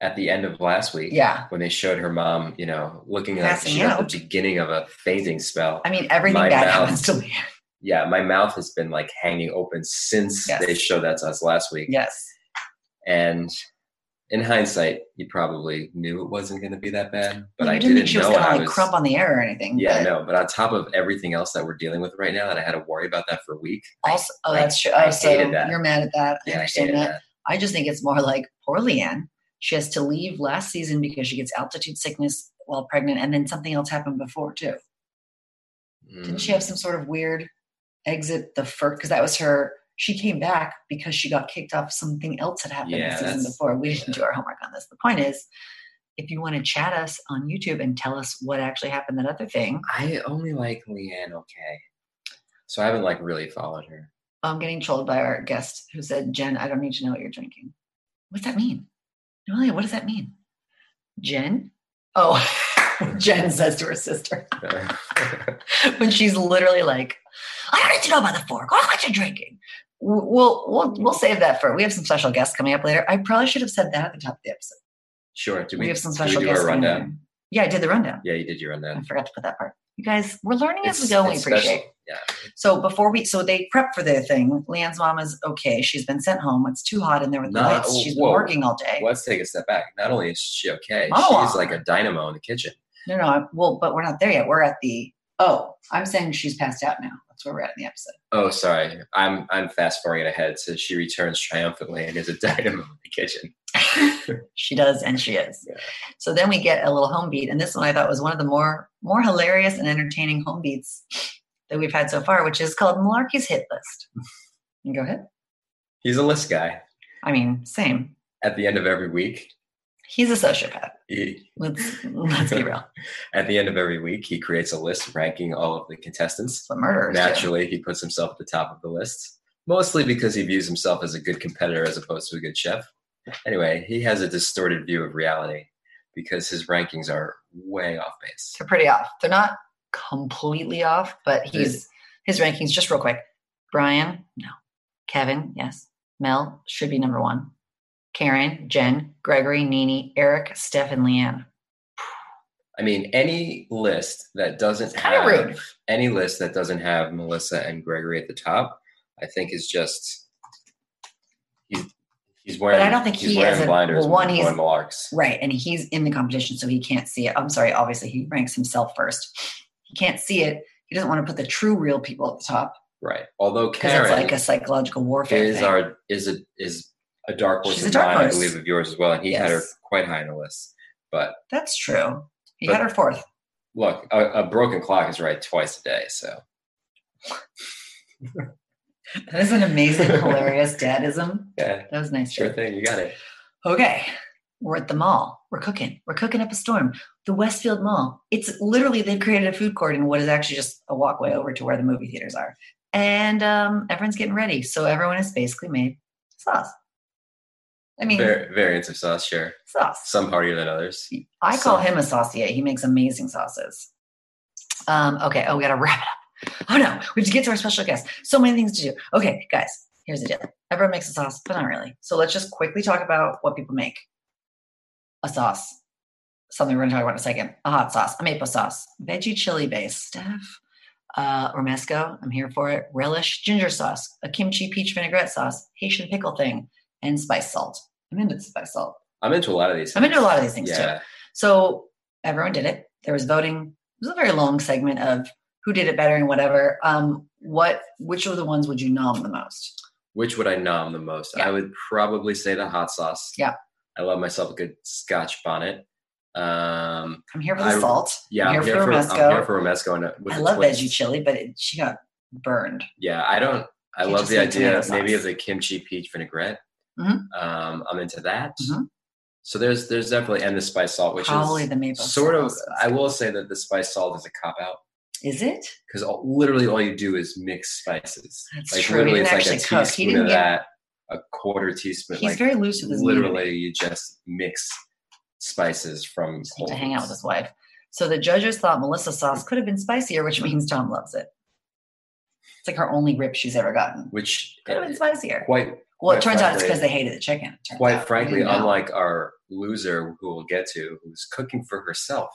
S4: at the end of last week.
S3: Yeah.
S4: when they showed her mom, you know, looking like
S3: Passing
S4: she was at
S3: out.
S4: the beginning of a fainting spell.
S3: I mean, everything
S4: My
S3: bad
S4: mouth.
S3: happens to Leanne.
S4: yeah, my mouth has been like hanging open since
S3: Yes.
S4: they showed that to us last week.
S3: Yes.
S4: And in hindsight, you probably knew it wasn't going to be that bad, but
S3: You
S4: I didn't,
S3: think she was
S4: know
S3: gonna
S4: I
S3: like
S4: was.
S3: crump on the air or anything.
S4: yeah,
S3: but
S4: no. But on top of everything else that we're dealing with right now, and I had to worry about that for a week.
S3: Also, oh,
S4: I-
S3: that's true.
S4: I
S3: Oh, so
S4: hated that.
S3: you're mad at that. I
S4: Yeah, I
S3: understand
S4: hated
S3: that.
S4: that.
S3: I just think it's more like poor Leanne. She has to leave last season because she gets altitude sickness while pregnant, and then something else happened before too. Didn't
S4: Mm.
S3: she
S4: Mm-hmm.
S3: have some sort of weird exit the first? Because that was her. She came back because she got kicked off. Something else had happened
S4: Yeah,
S3: the season
S4: that's-
S3: before. We didn't do our homework on this. The point is, if you want to chat us on YouTube and tell us what actually happened that other thing,
S4: I only like Leanne okay. So I haven't like really followed her.
S3: I'm getting trolled by our guest who said, Jen, I don't need to know what you're drinking. What's that mean? Amelia, what does that mean? Jen? Oh, Jen says to her sister when she's literally like, I don't need to know about the fork. I what you're drinking. W- We'll, we'll, we'll save that for, we have some special guests coming up later. I probably should have said that at the top of the episode.
S4: sure. Do
S3: We,
S4: we,
S3: have some
S4: do we
S3: special
S4: do
S3: guests
S4: our
S3: coming up
S4: rundown?
S3: later. Yeah, I did the rundown.
S4: Yeah, you did your rundown.
S3: I forgot to put that part. You guys, we're learning as we go. and We
S4: it's
S3: appreciate
S4: special.
S3: it.
S4: Yeah.
S3: So before we, so they prep for their thing. Leanne's mom is okay. She's been sent home. It's too hot in there with the
S4: Not-
S3: lights. She's been
S4: whoa.
S3: working all day.
S4: Well, let's take a step back. Not only is she okay,
S3: Oh.
S4: she's like a dynamo in the kitchen.
S3: No, no. I'm, well, but we're not there yet. We're at the. Oh, I'm saying she's passed out now. That's where we're at in the episode.
S4: Oh, sorry. I'm I'm fast forwarding ahead. So she returns triumphantly and is a dynamo in the kitchen.
S3: she does, and she is.
S4: Yeah.
S3: So then we get a little home beat, and this one I thought was one of the more more hilarious and entertaining home beats that we've had so far, which is called Malarkey's Hit List. You go ahead.
S4: He's a list guy.
S3: I mean, same.
S4: At the end of every week,
S3: He's a sociopath.
S4: He,
S3: Let's let's be real.
S4: at the end of every week, he creates a list ranking all of the contestants.
S3: That's what murderers do.
S4: Naturally, he puts himself at the top of the list, mostly because he views himself as a good competitor as opposed to a good chef. Anyway, he has a distorted view of reality because his rankings are way off base.
S3: They're pretty off. They're not completely off, but he's his rankings just real quick. Brian, no. Kevin, yes. Mel should be number one. Karen, Jen, Gregory, Nini, Eric, Steph, and Leanne.
S4: I mean, any list that doesn't
S3: Kinda
S4: have
S3: rude.
S4: any list that doesn't have Melissa and Gregory at the top, I think is just he's he's wearing.
S3: I don't think
S4: he's
S3: he
S4: wearing
S3: is a-
S4: blinders.
S3: well, one,
S4: when
S3: he's-
S4: going to Lark's.
S3: Right. And he's in the competition, so he can't see it. I'm sorry, obviously he ranks himself first. He can't see it. He doesn't want to put the true real people at the top
S4: Right. Although
S3: because it's
S4: Karen
S3: like a psychological warfare.
S4: is
S3: thing.
S4: our is a is a dark horse
S3: She's
S4: of
S3: a dark
S4: mine,
S3: horse.
S4: I believe, of yours as well, and he had her
S3: Yes.
S4: quite high on the list. But
S3: That's true. He
S4: But-
S3: got her fourth.
S4: look, a, a broken clock is right twice a day, so
S3: That is an amazing, hilarious dadism.
S4: yeah,
S3: That was nice.
S4: sure
S3: Dad.
S4: thing, you got it.
S3: Okay. We're at the mall. We're cooking. We're cooking up a storm. The Westfield Mall. It's literally they've created a food court in what is actually just a walkway over to where the movie theaters are. And um, everyone's getting ready. So everyone has basically made sauce. I mean,
S4: Var- variants of sauce, sure.
S3: sauce.
S4: Some heartier than others.
S3: I call
S4: some-
S3: him a saucier. He makes amazing sauces. Um, okay. Oh, we got to wrap it up. Oh, no. We have to get to our special guest. So many things to do. Okay, guys, here's the deal. Everyone makes a sauce, but not really. So let's just quickly talk about what people make a sauce, something we're going to talk about in a second, a hot sauce, a maple sauce, veggie chili base stuff, uh, romesco, I'm here for it, relish, ginger sauce, a kimchi peach vinaigrette sauce, Haitian pickle thing, and spice salt. I'm into spice salt.
S4: I'm into a lot of these.
S3: I'm into a lot of these things too.
S4: yeah,
S3: So everyone did it. There was voting. It was a very long segment of who did it better and whatever. Um, what which of the ones would you nom the most?
S4: Which would I nom the most?
S3: Yeah.
S4: I would probably say the hot sauce.
S3: Yeah.
S4: I love myself a good Scotch bonnet. Um,
S3: I'm here for the
S4: I-
S3: salt.
S4: yeah,
S3: I'm here, for the romesco.
S4: I'm here for romesco and uh, with
S3: I
S4: the
S3: love
S4: twist.
S3: veggie chili, but it, she got burned.
S4: Yeah, I don't. I
S3: You
S4: love
S3: just
S4: the
S3: need
S4: idea
S3: tomato
S4: maybe
S3: sauce.
S4: of a kimchi peach vinaigrette.
S3: Mhm.
S4: Um, I'm into that.
S3: Mhm.
S4: So there's there's definitely and the spice salt, which
S3: Probably
S4: is
S3: the maple
S4: sort of.
S3: sauce.
S4: I will say that the spice salt is a cop out
S3: Is it?
S4: because literally all you do is mix spices.
S3: That's
S4: like
S3: true. He
S4: literally,
S3: didn't
S4: it's like a
S3: actually cook. He
S4: teaspoon
S3: didn't
S4: of
S3: get-
S4: that, a quarter teaspoon.
S3: He's
S4: like
S3: very loose with his meat.
S4: literally, you just mix spices from.
S3: Just need to
S4: Whole
S3: hang out with
S4: Foods.
S3: his wife. So the judges thought Melissa's sauce could have been spicier, which means Tom loves it. It's like her only rip she's ever gotten.
S4: which eh,
S3: Could have been spicier.
S4: quite
S3: Well, it
S4: quite
S3: turns out it's
S4: frankly-
S3: because they hated the chicken. it turns
S4: quite
S3: out. We
S4: frankly,
S3: didn't know.
S4: unlike our loser who we'll get to, who's cooking for herself.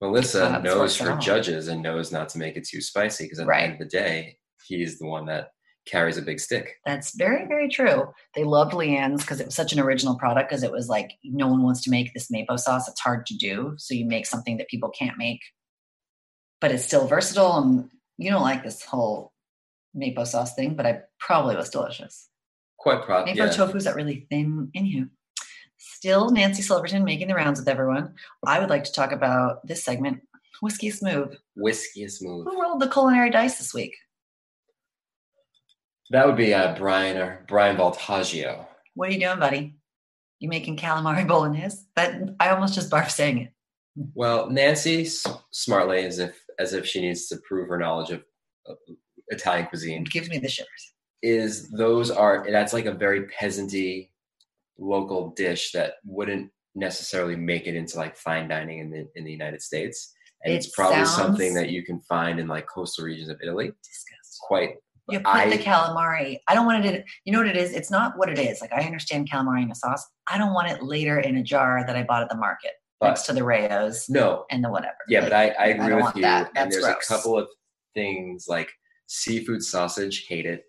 S3: Well,
S4: Melissa
S3: that's
S4: knows
S3: worse at
S4: her
S3: all.
S4: judges and knows not to make it too spicy because at
S3: Right.
S4: the end of the day, he's the one that carries a big stick.
S3: That's very, very true. They loved Leanne's because it was such an original product because it was like, no one wants to make this mapo sauce. It's hard to do. So you make something that people can't make, but it's still versatile. And you don't like this whole mapo sauce thing, but I probably was delicious.
S4: Quite probably.
S3: Mapo
S4: Uh, Yeah.
S3: tofu's that really thin. Anywho, still Nancy Silverton making the rounds with everyone. I would like to talk about this segment, Whiskey Smooth.
S4: Whiskey smooth.
S3: Who rolled the culinary dice this week?
S4: That would be uh, Brian or Brian Voltaggio.
S3: What are you doing, buddy? You making calamari bolognese? That I almost just barf saying it.
S4: Well, Nancy s- smartly, as if as if she needs to prove her knowledge of uh, Italian cuisine,
S3: It gives me the shivers.
S4: is those are that's like a very peasanty local dish that wouldn't necessarily make it into like fine dining in the in the United States. And it's
S3: It
S4: probably
S3: sounds-
S4: something that you can find in like coastal regions of Italy.
S3: Disgust.
S4: Quite
S3: You put
S4: I-
S3: the calamari. I don't want it. In, you know what it is? It's not what it is. Like I understand calamari in a sauce. I don't want it later in a jar that I bought at the market next
S4: but
S3: to the Rayos
S4: no.
S3: and the whatever.
S4: Yeah,
S3: Like,
S4: but I, I
S3: I
S4: agree
S3: don't
S4: with
S3: want
S4: you.
S3: that.
S4: And
S3: That's
S4: there's
S3: gross.
S4: a couple of things like seafood sausage, hate it.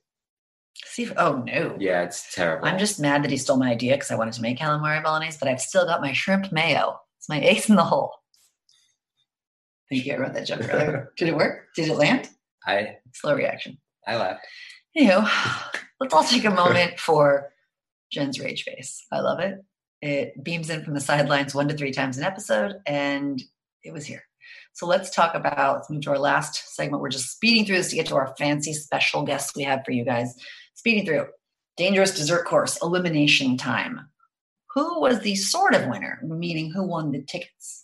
S3: see. if- Oh no.
S4: Yeah, it's terrible.
S3: I'm just mad that he stole my idea because I wanted to make calamari bolognese, but I've still got my shrimp mayo. It's my ace in the hole. Thank you. I wrote that joke earlier. Did it work? Did it land?
S4: I
S3: Slow reaction.
S4: I laughed.
S3: Anywho, let's all take a moment for Jen's rage face. I love it. It beams in from the sidelines one to three times an episode, and it was here. So let's talk about, let's move to our last segment. We're just speeding through this to get to our fancy special guests we have for you guys. Speeding through. Dangerous dessert course, elimination time. Who was the sort of winner, meaning who won the tickets?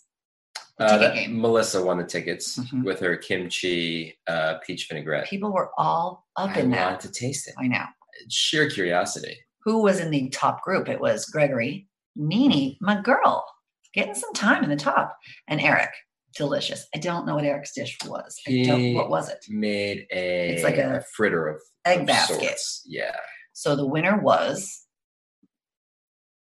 S3: The
S4: Uh,
S3: ticket
S4: that-
S3: game.
S4: Melissa won the tickets
S3: Mhm.
S4: with her kimchi uh, peach vinaigrette.
S3: People were all up
S4: I
S3: in that.
S4: wanted to taste it.
S3: I know.
S4: Sheer curiosity.
S3: Who was in the top group? It was Gregory, Nini, my girl, getting some time in the top, and Eric. Delicious. I don't know what Eric's dish was. I don't,
S4: He-
S3: what was it?
S4: Made a
S3: It's like a
S4: fritter of
S3: Egg
S4: of
S3: basket.
S4: sorts. Yeah,
S3: So the winner was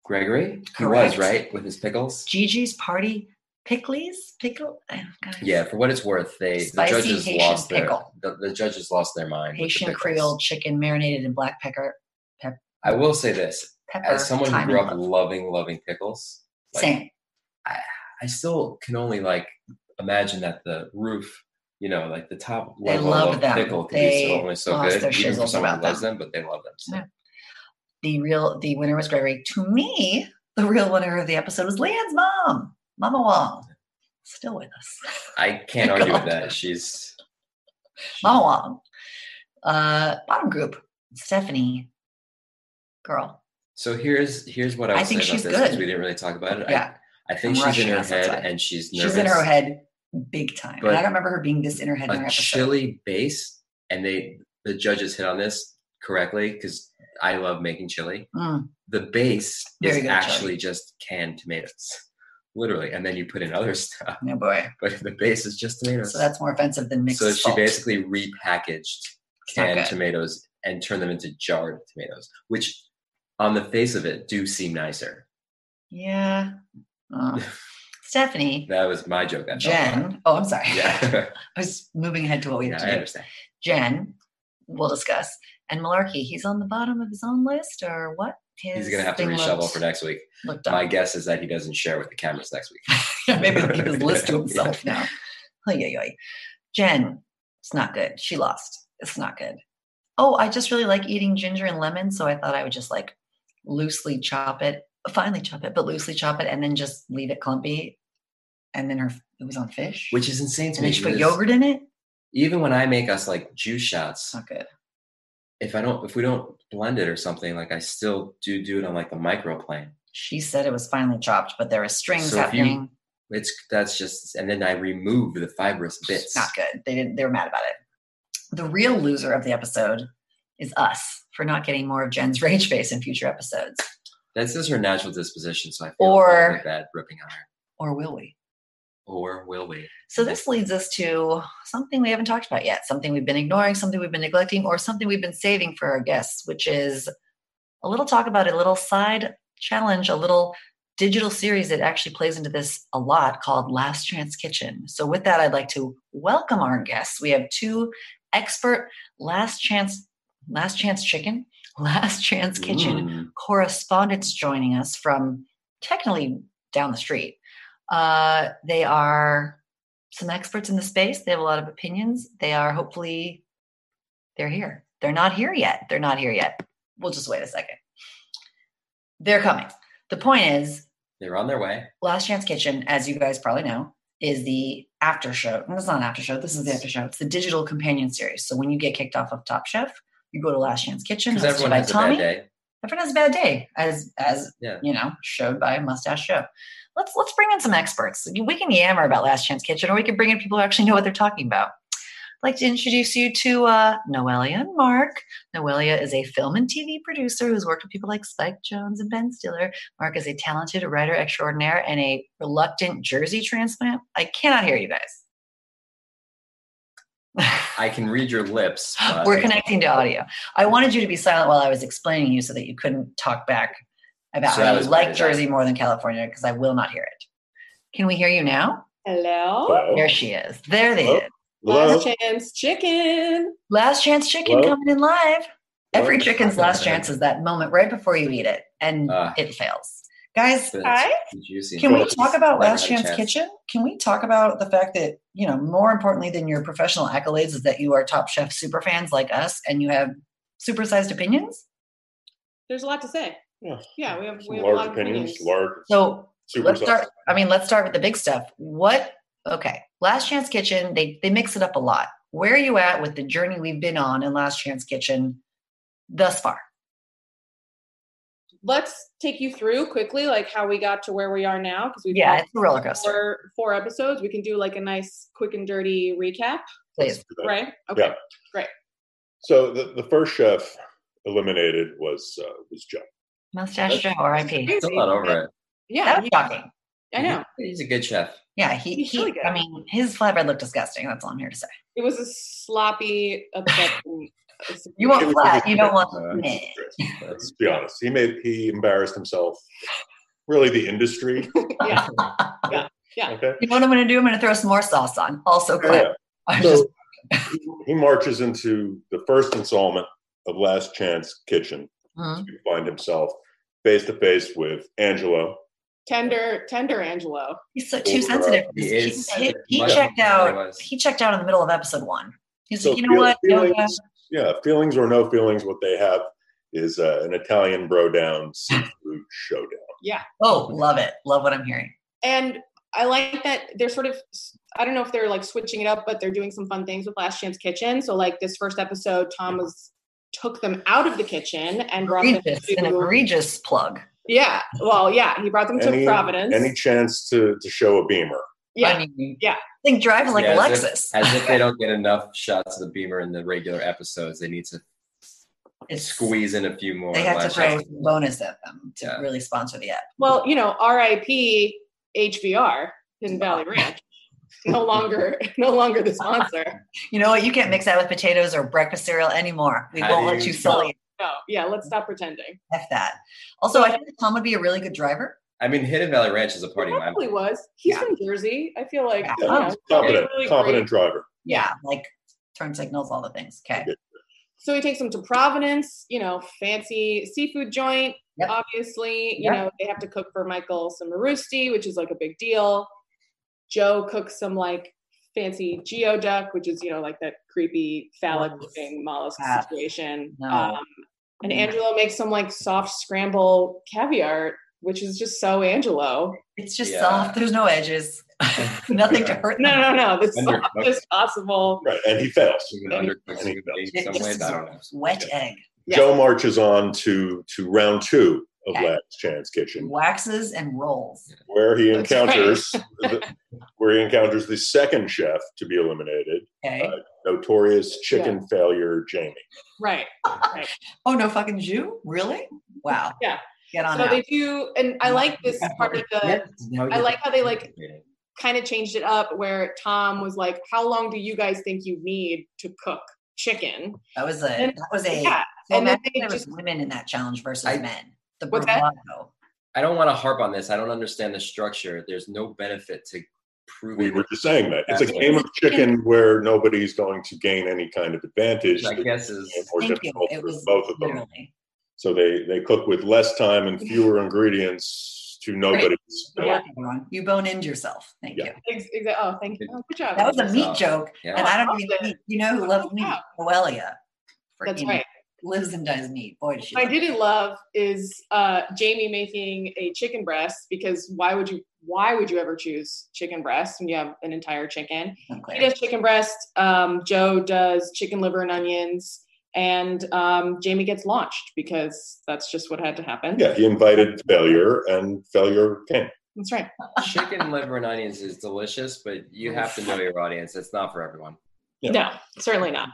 S4: Gregory. He
S3: Correct.
S4: was right with his pickles.
S3: Gigi's Party Pickles. Pickle. oh, God.
S4: Yeah, for what it's worth, they the
S3: Spicy
S4: judges
S3: Haitian
S4: lost
S3: pickle.
S4: their the, the judges lost their mind. with the
S3: Haitian
S4: pickles.
S3: Creole chicken marinated in black pepper.
S4: I will say this:
S3: pepper
S4: as someone who
S3: thyme,
S4: grew
S3: and
S4: up
S3: love.
S4: loving, loving pickles, like,
S3: Same.
S4: I still can only like imagine that the roof, you know, like the top
S3: They
S4: level
S3: love
S4: of
S3: them.
S4: pickle can
S3: They
S4: be so only so
S3: lost
S4: good.
S3: their
S4: Even for
S3: shizzles
S4: someone
S3: about
S4: who loves
S3: them.
S4: them, but they love them. So.
S3: Yeah. The real the winner was Gregory. To me, the real winner of the episode was Leanne's mom, Mama Wong. Still with us.
S4: I can't
S3: Thank
S4: argue with
S3: God.
S4: that. She's
S3: Mama Wong. Uh bottom group, Stephanie. Girl.
S4: so here's here's what I,
S3: I
S4: would
S3: think
S4: say about
S3: she's
S4: this because
S3: good.
S4: we didn't really talk about it. I-
S3: Yeah.
S4: I, think
S3: I'm
S4: she's
S3: rushing
S4: in her
S3: us,
S4: head
S3: that's why.
S4: and she's nervous.
S3: She's in her head big time.
S4: But
S3: and I don't remember her being this in her head in her
S4: a
S3: episode.
S4: chili base, and they the judges hit on this correctly because I love making chili.
S3: Mm,
S4: The base
S3: Very
S4: is
S3: good chili.
S4: actually just canned tomatoes, literally, and then you put in other stuff.
S3: no oh boy.
S4: But the base is just tomatoes.
S3: So that's more offensive than mixed.
S4: So she
S3: salt.
S4: basically repackaged
S3: It's not
S4: canned
S3: good.
S4: tomatoes and turned them into jarred tomatoes, which on the face of it do seem nicer.
S3: Yeah. Uh, Stephanie.
S4: That was my joke. That fell flat.
S3: Jen. Oh, I'm sorry.
S4: Yeah.
S3: I was moving ahead to what we
S4: yeah,
S3: had
S4: I
S3: to do.
S4: understand.
S3: Jen, we'll discuss. And Malarkey, he's on the bottom of his own list or what? His
S4: He's gonna have to
S3: thing
S4: reshuffle
S3: looked-
S4: for next week.
S3: Looked
S4: My
S3: up.
S4: guess is that he doesn't share with the cameras next week.
S3: Maybe he'll keep his list to himself now. Oy, oy, oy. Jen, it's not good. She lost. It's not good. Oh, I just really like eating ginger and lemon, so I thought I would just like loosely chop it, finely chop it, but loosely chop it, and then just leave it clumpy. And then her it was on fish,
S4: Which is insane to
S3: and
S4: me.
S3: then she put
S4: because
S3: yogurt in it.
S4: Even when I make us like juice shots,
S3: It's not good.
S4: if I don't if we don't blend it or something, like I still do do it on like the microplane.
S3: She said it was finely chopped, but there were strings
S4: So if you-
S3: happening.
S4: It's that's just and then I remove the fibrous bits.
S3: not good. They didn't. They were mad about it. The real loser of the episode is us for not getting more of Jen's rage face in future episodes.
S4: That's just her natural disposition, so I feel
S3: Or-
S4: really bad ripping on her.
S3: Or will we?
S4: Or will we?
S3: So this leads us to something we haven't talked about yet. Something we've been ignoring. Something we've been neglecting. Or something we've been saving for our guests, which is a little talk about a little side challenge, a little digital series that actually plays into this a lot called Last Chance Kitchen. So, with that, I'd like to welcome our guests. We have two expert Last Chance, Last Chance Chicken, Last Chance Kitchen
S4: Mm.
S3: correspondents joining us from technically down the street. Uh, they are some experts in the space. They have a lot of opinions. They are hopefully they're here. They're not here yet. They're not here yet. We'll just wait a second. They're coming. The point is,
S4: They're on their way.
S3: Last Chance Kitchen, as you guys probably know, is the after show. And it's not an after show. This is the after show. It's the digital companion series. So when you get kicked off of Top Chef, you go to Last Chance Kitchen,
S4: Because
S3: hosted
S4: everyone
S3: by
S4: has
S3: Tommy
S4: a bad day.
S3: everyone has a bad day as as
S4: Yeah.
S3: you know showed by mustache joe let's let's bring in some experts we can yammer about last chance kitchen or we can bring in people who actually know what they're talking about I'd like to introduce you to uh, Noelia and Mark. Noelia is a film and TV producer who's worked with people like Spike Jones and Ben Stiller. Mark is a talented writer extraordinaire and a reluctant Jersey transplant. I cannot hear you guys.
S4: I can read your lips. but-
S3: We're connecting to audio. I wanted you to be silent while I was explaining you so that you couldn't talk back about
S4: So that
S3: how you
S4: was my
S3: like
S4: design.
S3: Jersey more than California because I will not hear it. Can we hear you now?
S2: Hello?
S6: Hello?
S3: There she is. There they
S6: Hello?
S3: is.
S6: Hello?
S2: Last chance chicken.
S3: Last chance chicken
S6: Hello?
S3: coming in live. Every
S4: Hello?
S3: chicken's last chance is that moment right before you eat it and
S4: Ah.
S3: it fails. Guys,
S4: But it's
S2: Hi.
S4: juicy.
S3: Can we
S4: It's
S3: talk about
S4: never
S3: Last
S4: had a
S3: Chance Kitchen? Can we talk about the fact that, you know, more importantly than your professional accolades is that you are top chef super fans like us and you have supersized opinions?
S7: there's a lot to say.
S6: Yeah.
S7: Yeah, we have,
S6: Some
S7: we have a
S6: large
S7: lot of opinions.
S6: opinions, large.
S3: So
S6: super
S3: let's start i mean let's start with the big stuff what okay last chance kitchen they they mix it up a lot where are you at with the journey we've been on in last chance kitchen thus far
S7: let's take you through quickly, like how we got to where we are now. Because we've
S3: Yeah,
S7: had
S3: it's a roller coaster.
S7: four, four episodes. We can do like a nice, quick and dirty recap,
S3: Please.
S7: right? Okay.
S6: Yeah. So the, the first chef eliminated was uh, was Joe.
S3: Mustache Joe, R.I.P.
S4: Still not over it.
S7: Yeah,
S3: That was shocking.
S7: I know.
S4: He's a good chef.
S3: Yeah, he,
S7: He's
S3: he
S7: really good.
S3: I mean, his flatbread looked disgusting. That's all I'm here to say.
S7: It was a sloppy, upsetting.
S3: You
S6: It
S3: want
S6: was
S3: flat, you don't want
S4: Uh,
S3: meh.
S6: Let's be honest. He made he embarrassed himself. Really, the industry.
S7: Yeah. Yeah.
S6: Okay.
S3: You know what I'm going to do? I'm going to throw some more sauce on. Also,
S6: Yeah,
S3: quick.
S6: yeah.
S3: I was just,
S6: So he- he marches into the first installment of Last Chance Kitchen
S3: Mhm.
S6: to find himself face to face with Angelo.
S7: Tender, tender Angelo.
S3: he's so too
S6: Or, uh,
S3: sensitive.
S4: he
S3: He,
S4: is.
S3: he- he
S4: Much
S3: checked
S4: more than he
S3: out.
S4: was.
S3: He checked out in the middle of episode one. He's
S6: So
S3: like, you know
S6: feel-
S3: what?
S6: feelings-
S3: Yoga,
S6: yeah, feelings or no feelings, what they have is uh, an Italian bro down seafood showdown.
S3: Oh, love it. Love what I'm hearing.
S7: And I like that they're sort of, I don't know if they're like switching it up, but they're doing some fun things with Last Chance Kitchen. So, like this first episode, Tom was took them out of the kitchen and brought them
S3: Egregious, an
S7: to
S3: egregious plug.
S7: yeah well yeah he brought them to
S6: Any,
S7: providence
S6: any chance to, to show a beamer?
S7: yeah
S3: I mean,
S7: yeah.
S3: I think drives like
S4: Yeah, as if-
S3: Lexus.
S4: As if they don't get enough shots of the Beamer in the regular episodes, they need to
S3: It's-
S4: squeeze in a few more.
S3: They have to
S4: last
S3: throw
S4: shots.
S3: some bonus at them to
S4: Yeah.
S3: really sponsor the app.
S7: well you know rip hvr hidden valley ranch no longer no longer the sponsor
S3: You know what? You can't mix that with potatoes or breakfast cereal anymore. We
S4: How
S3: won't
S4: do
S3: let
S4: you
S3: you sully it.
S7: no yeah let's stop pretending
S3: F that. Also, I think Tom would be a really good driver.
S4: I mean, Hidden Valley Ranch is a party.
S7: He
S4: in my
S7: probably
S4: mind.
S7: was he's
S3: Yeah.
S7: from jersey i feel like
S3: Yeah.
S7: you
S6: Yeah,
S7: know,
S6: competent,
S7: really
S6: competent
S7: great.
S6: driver.
S7: Yeah.
S3: Like turn signals, all the things. Okay.
S7: so he takes them to providence you know fancy seafood joint
S3: Yep.
S7: obviously you
S3: Yep.
S7: know they have to cook for michael some marusti which is like a big deal joe cooks some like fancy geoduck which is you know like that creepy phallic looking mollusk
S3: Ah,
S7: situation
S3: no. Mm.
S7: um, and angelo makes some like soft scramble caviar which is just so angelo
S3: It's just
S4: Yeah.
S3: soft. There's no edges. Nothing to
S4: Yeah.
S3: hurt.
S7: no
S3: them.
S7: no no the
S4: Undercooked.
S7: softest possible
S6: Right, and he fails.
S4: Even undercooked
S6: Any-
S4: in
S3: It
S4: some
S3: just
S4: ways,
S3: is
S4: I
S3: a
S4: don't know.
S3: Wet egg.
S7: Yeah.
S6: Joe marches on to to round two of
S3: Okay.
S6: Last Chance Kitchen,
S3: Waxes and rolls.
S6: where he
S7: That's right.
S6: encounters the, where he encounters the second chef to be eliminated,
S3: Okay.
S6: notorious chicken failure Jamie.
S7: right right
S3: Oh no, fucking Jew? Really? Wow.
S7: Yeah.
S3: Get on
S7: so
S3: out.
S7: they do and
S3: Mm.
S7: i like this part of the
S4: Now we
S7: I
S4: get
S7: like how they, like-
S4: complicated.
S7: kind of changed it up where Tom was like, How long do you guys think you need to cook chicken?
S3: that was a
S7: and-
S3: that was a
S7: Yeah.
S3: so
S7: and then
S3: imagine
S7: they
S3: there was
S7: just-
S3: women in that challenge versus
S4: I-
S3: men. The
S7: What's that?
S3: bravado.
S4: I don't want to harp on this. I don't understand the structure. There's no benefit to
S6: We
S4: proving.
S6: were just saying that it's a
S4: That's-
S6: game of chicken where nobody's going to gain any kind of advantage.
S4: which I guess is
S6: Or
S3: Thank you.
S6: difficult
S3: It
S6: for
S3: was
S6: both of them.
S3: literally.
S6: So they they cook with less time and fewer ingredients to nobody's.
S3: You're working wrong. You bone in yourself. Thank
S6: Yeah. uh,
S3: you.
S7: Ex- exa- oh, thank you. Oh, good job.
S3: That was a
S4: Yourself.
S3: meat joke,
S4: yeah.
S3: and I don't
S7: Loved
S3: even
S7: it.
S3: eat. You know who loves meat?
S7: Yeah.
S3: Noelia.
S7: That's
S3: Freaking
S7: right.
S3: Lives and dies meat. Boy, does she.
S7: What I didn't love is uh, Jamie making a chicken breast because why would you why would you ever choose chicken breast when you have an entire chicken? He
S3: Unclear.
S7: does chicken breast. Um, Joe does chicken liver and onions, and um, Jamie gets launched because that's just what had to happen.
S6: Yeah, he invited failure, and failure came.
S7: That's right.
S4: chicken liver and onions is delicious, but you have to know your audience. It's not for everyone.
S6: Yeah.
S7: No, certainly not.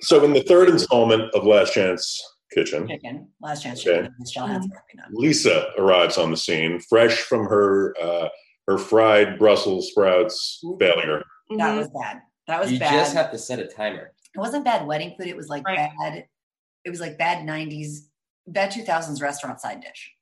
S6: So in the third installment of Last Chance Kitchen,
S3: Chicken. Last chance.
S6: Okay.
S3: Chicken. Michelle Hansen.
S6: Lisa arrives on the scene, fresh from her uh, her fried Brussels sprouts failure.
S7: Mhm.
S3: That was bad. That was
S4: you
S3: bad.
S4: just have to set a timer.
S3: it wasn't bad wedding food. It was like
S7: Right.
S3: bad. It was like bad '90s, bad 2000s restaurant side dish.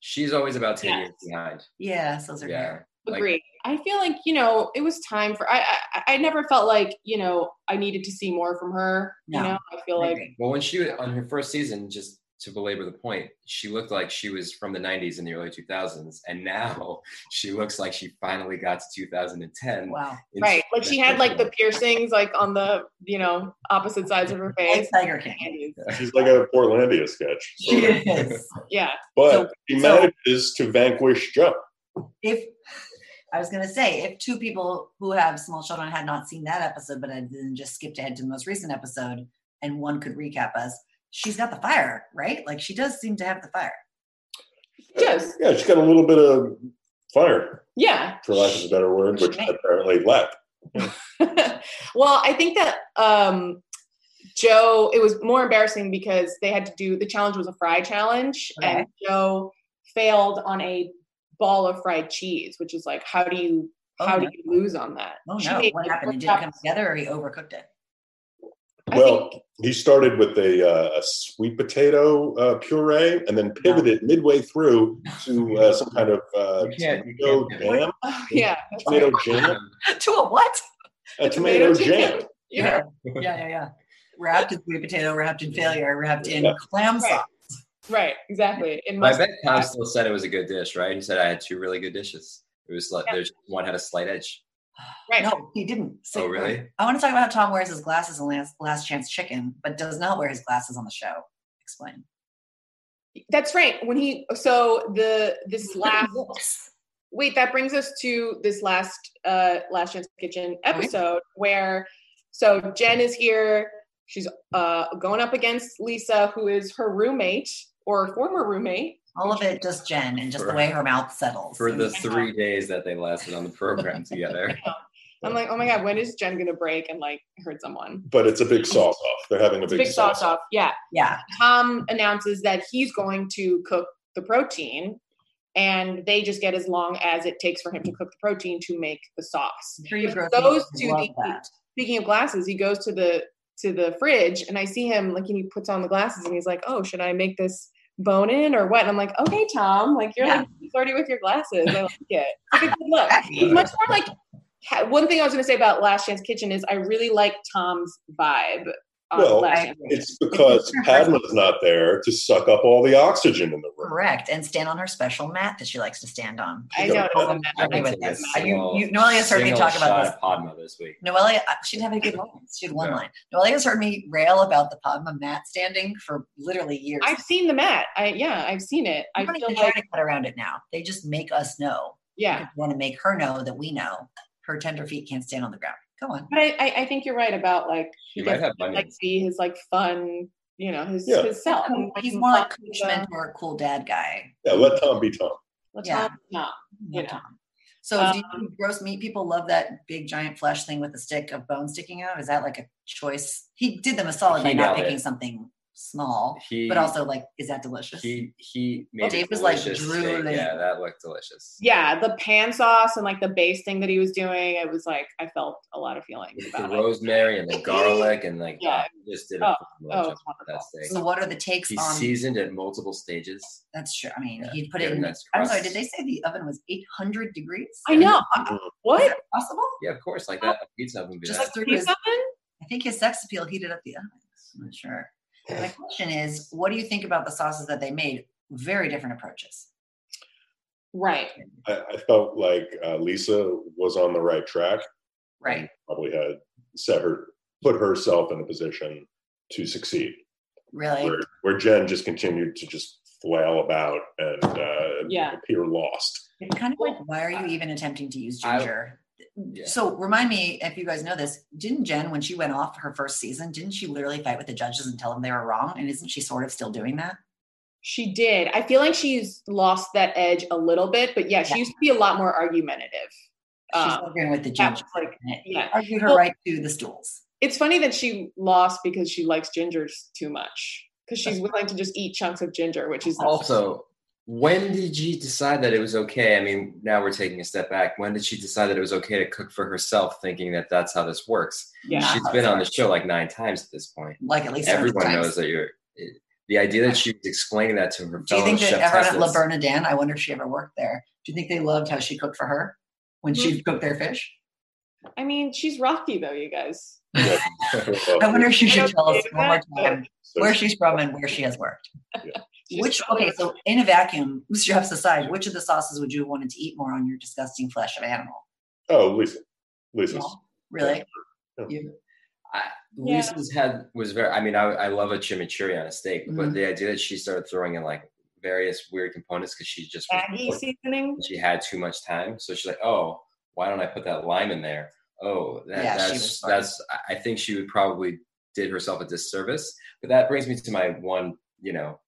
S4: She's always about ten
S7: Yes.
S4: years behind.
S3: Yeah, so those are
S4: Yeah.
S3: rare.
S4: Like-
S7: Agree. I feel like you know it was time for. I, I I never felt like you know I needed to see more from her. You
S3: No.
S7: know, I feel like
S4: Well, when she was on her first season, just to belabor the point, she looked like she was from the '90s and the early 2000s, and now she looks like she finally got to 2010.
S3: wow.
S4: in-
S7: right, like she had like the piercings like on the you know opposite sides of her
S3: Like
S7: face.
S3: Tiger King.
S7: Panties.
S6: She's like a Portlandia sketch,
S3: She
S6: sort of.
S3: is.
S7: Yeah,
S6: but she
S3: so-
S6: manages to vanquish Joe.
S3: If I was gonna say, if two people who have small children had not seen that episode, but I then just skipped ahead to the most recent episode, and one could recap us, she's got the fire, right? Like she does seem to have the fire.
S7: Yes.
S6: Yeah, she's got a little bit of fire,
S7: Yeah.
S6: for lack of a better word, which apparently left.
S7: well, I think that um, Joe, it was more embarrassing because they had to do the challenge was a fry challenge, and Joe failed on a ball of fried cheese, which is like, how do you
S3: Oh,
S7: how
S3: no.
S7: do you lose on that?
S3: Oh
S7: She
S3: no!
S7: made
S3: What
S7: it
S3: happened? It
S7: work
S3: didn't
S7: out.
S3: come together, or he overcooked it?
S7: I
S6: Well, he started with a, uh, a sweet potato uh, puree and then pivoted midway through to uh, some kind of uh,
S4: You can't- you
S6: tomato
S4: can't pivot.
S6: jam.
S7: Oh, yeah.
S6: Tomato jam.
S3: to a what?
S6: A tomato jam.
S7: Yeah.
S3: Yeah, yeah, yeah. Wrapped in sweet potato, wrapped in failure, wrapped in
S6: Yeah.
S3: clam
S7: Right.
S3: sauce.
S7: Right. Exactly. It
S4: I
S7: must.
S4: bet Tom still said it was a good dish, right? He said I had two really good dishes. It was like there's one had a slight edge.
S7: Right.
S3: No, he didn't.
S4: Oh, really?
S3: I want to talk about how Tom wears his glasses in Last, Last Chance Chicken, but does not wear his glasses on the show. Explain.
S7: That's right. When he so the this last
S3: Yes.
S7: Wait, that brings us to this last uh last chance kitchen episode where so Jen is here. She's uh going up against Lisa, who is her roommate or former roommate.
S3: All of it, just Jen, and just the
S4: For-
S3: way her mouth settles.
S4: For the three days that they lasted on the program together.
S7: I'm like, oh my god, when is Jen gonna break and like hurt someone?
S6: But it's a big sauce off. They're having a
S7: It's
S6: big, sauce off.
S7: off. Yeah.
S3: yeah,
S7: Tom announces that he's going to cook the protein and they just get as long as it takes for him to cook the protein to make the sauce.
S3: three
S7: Which
S3: girls
S7: goes to
S3: love
S7: the- speaking of glasses, he goes to the to the fridge and I see him like and he puts on the glasses and he's like, Oh, should I make this bone in or what? And I'm like, Okay, Tom, like you're like flirty with your glasses. I like it. It's like a good look. It's much more like ha- one thing I was gonna say about Last Chance Kitchen is I really like Tom's vibe on
S6: Well,
S7: Last
S3: I-
S7: Chance Kitchen.
S6: It's because Padma's not there to suck up all the oxygen in the room.
S3: Correct, and stand on her special mat that she likes to stand on.
S7: I know it doesn't
S3: I
S7: matter.
S3: agree with
S4: Take a
S3: this. You-
S4: single-
S3: you- Noelia has heard me
S4: single
S3: talk about
S4: shot
S3: this.
S4: of Padma this week.
S3: Noelia, uh, she didn't have any good lines. She had one
S4: Yeah.
S3: line. Noelia has heard me rail about the Padma mat standing for literally years.
S7: I've seen the mat. I yeah, I've seen it. I
S3: Nobody's
S7: feel
S3: been trying
S7: like
S3: to cut around it now. They just make us know.
S7: yeah.
S3: want to make her know that we know her tender feet can't stand on the ground. Go on.
S7: But I, I, I think you're right about like
S4: You might have
S7: like
S4: onions.
S7: be his like fun, you know, his
S6: Yeah.
S7: his self.
S3: He's more like
S7: Fun,
S3: coach
S7: uh,
S3: mentor, cool dad guy.
S6: Yeah, let Tom be Tom.
S7: Let's
S3: Yeah.
S7: not- no.
S3: not
S7: Yeah. Um,
S3: Tom. So do you think gross meat people love that big giant flesh thing with the stick of bone sticking out? Is that like a choice? He did them a solid
S4: He
S3: by not
S4: nailed it.
S3: making something small,
S4: He,
S3: but also like, is that delicious?
S4: he he made
S3: Dave
S4: it
S3: was, like,
S4: delicious steak.
S3: drooling.
S4: Yeah, that looked delicious.
S7: Yeah, the pan sauce and like the base thing that he was doing, it was like I felt a lot of feelings
S4: With the
S7: about it.
S4: rosemary and the garlic and like
S7: Yeah.
S4: uh, he just did a phenomenal
S7: Oh,
S4: job
S7: it's wonderful.
S4: with that steak.
S3: so what are the takes
S4: He
S3: on?
S4: seasoned at multiple stages.
S3: that's true. I mean,
S4: Yeah,
S3: he put
S4: gave
S3: it
S4: it a
S3: in.
S4: nice
S3: I'm sorry.
S4: crust.
S3: Did they say the oven was 800 degrees?
S7: I know. I-
S3: Is
S7: What?
S3: that possible?
S4: Yeah, of course, like that a pizza oven would
S3: Oh.
S4: be
S3: Just
S4: that.
S3: through
S7: He's
S3: his
S7: something?
S3: I think his sex appeal heated up the oven. I'm not sure. My question is, what do you think about the sauces that they made? Very different approaches.
S7: Right.
S6: I, I felt like uh, Lisa was on the right track.
S3: Right.
S6: Probably had set her, put herself in a position to succeed.
S3: Really?
S6: where, where Jen just continued to just flail about and uh,
S7: Yeah.
S6: appear lost.
S3: It's kind of like, why are you even attempting to use
S4: I-
S3: ginger?
S4: Yeah.
S3: So remind me if you guys know this, didn't Jen, when she went off her first season, didn't she literally fight with the judges and tell them they were wrong? And isn't she sort of still doing that?
S7: She did. I feel like she's lost that edge a little bit, but yeah, she
S3: Yeah.
S7: used to be a lot more argumentative.
S3: She's
S7: Um,
S3: arguing with the
S7: that was
S3: judges.
S7: like,
S3: and it
S7: yeah.
S3: Argued her
S7: Well-
S3: right to the stools.
S7: it's funny that she lost because she likes gingers too much because she's willing to just eat chunks of ginger, which is
S4: Also, when did she decide that it was okay? I mean, now we're taking a step back. When did she decide that it was okay to cook for herself, thinking that that's how this works?
S7: yeah.
S4: She's been on the show like nine times at this point.
S3: Like at least
S4: Everyone
S3: sometimes.
S4: knows that you're. it- the idea that she was explaining that to her
S3: Do you
S4: fellow
S3: think that
S4: Oh, chef
S3: ever at La
S4: hostess-
S3: Bernardin, I wonder if she ever worked there, do you think they loved how she cooked for her when she
S7: Mm-hmm.
S3: cooked their fish?
S7: I mean, she's rocky though, you guys.
S6: Yeah.
S3: I wonder if you
S7: I
S3: should
S7: don't
S3: tell us
S7: believe
S3: one more
S7: that, but-
S3: time
S6: So
S3: where she's from and where she has worked.
S7: She's
S3: which,
S7: probably
S3: okay, so in a vacuum, chefs aside, which of the sauces would you have wanted to eat more on your disgusting flesh of animal?
S6: oh, Lisa. Lisa's.
S3: Yeah, really?
S6: Yeah.
S3: You,
S7: Yeah.
S4: Lisa's head was very. I mean, I, I love a chimichurri on a steak, but
S3: Mhm.
S4: the idea that she started throwing in like various weird components because she just was
S7: Maggie seasoning.
S4: she had too much time. So she's like, oh, why don't I put that lime in there? Oh, that,
S3: Yeah, she was
S4: that's
S3: smart.
S4: that's. I- I think she would probably did herself a disservice. But that brings me to my one, you know,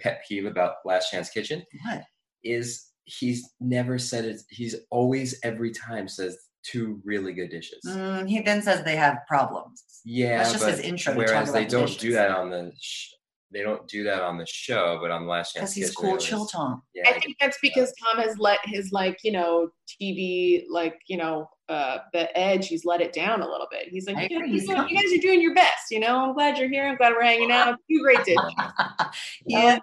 S4: pet peeve about Last Chance Kitchen
S3: What?
S4: is he's never said it. He's always every time says two really good dishes.
S3: Mm, he then says they have problems.
S4: Yeah,
S3: That's just
S4: but
S3: his intro to talk
S4: Whereas they
S3: about the
S4: don't do
S3: dishes.
S4: that on the sh- they don't do that on the show, but on Last
S3: Because
S4: Chance
S3: he's
S4: Kitchen,
S3: cool,
S4: it
S3: chill
S4: was-
S3: Tom.
S4: Yeah,
S7: I think that's because Tom has let his like you know TV like you know uh, the edge. He's let it down a little bit. He's
S3: I
S7: like, you,
S3: agree,
S7: guys-
S3: he's
S7: you
S3: not-
S7: guys are doing your best. You know, I'm glad you're here. I'm glad we're hanging out. You great did.
S3: yeah,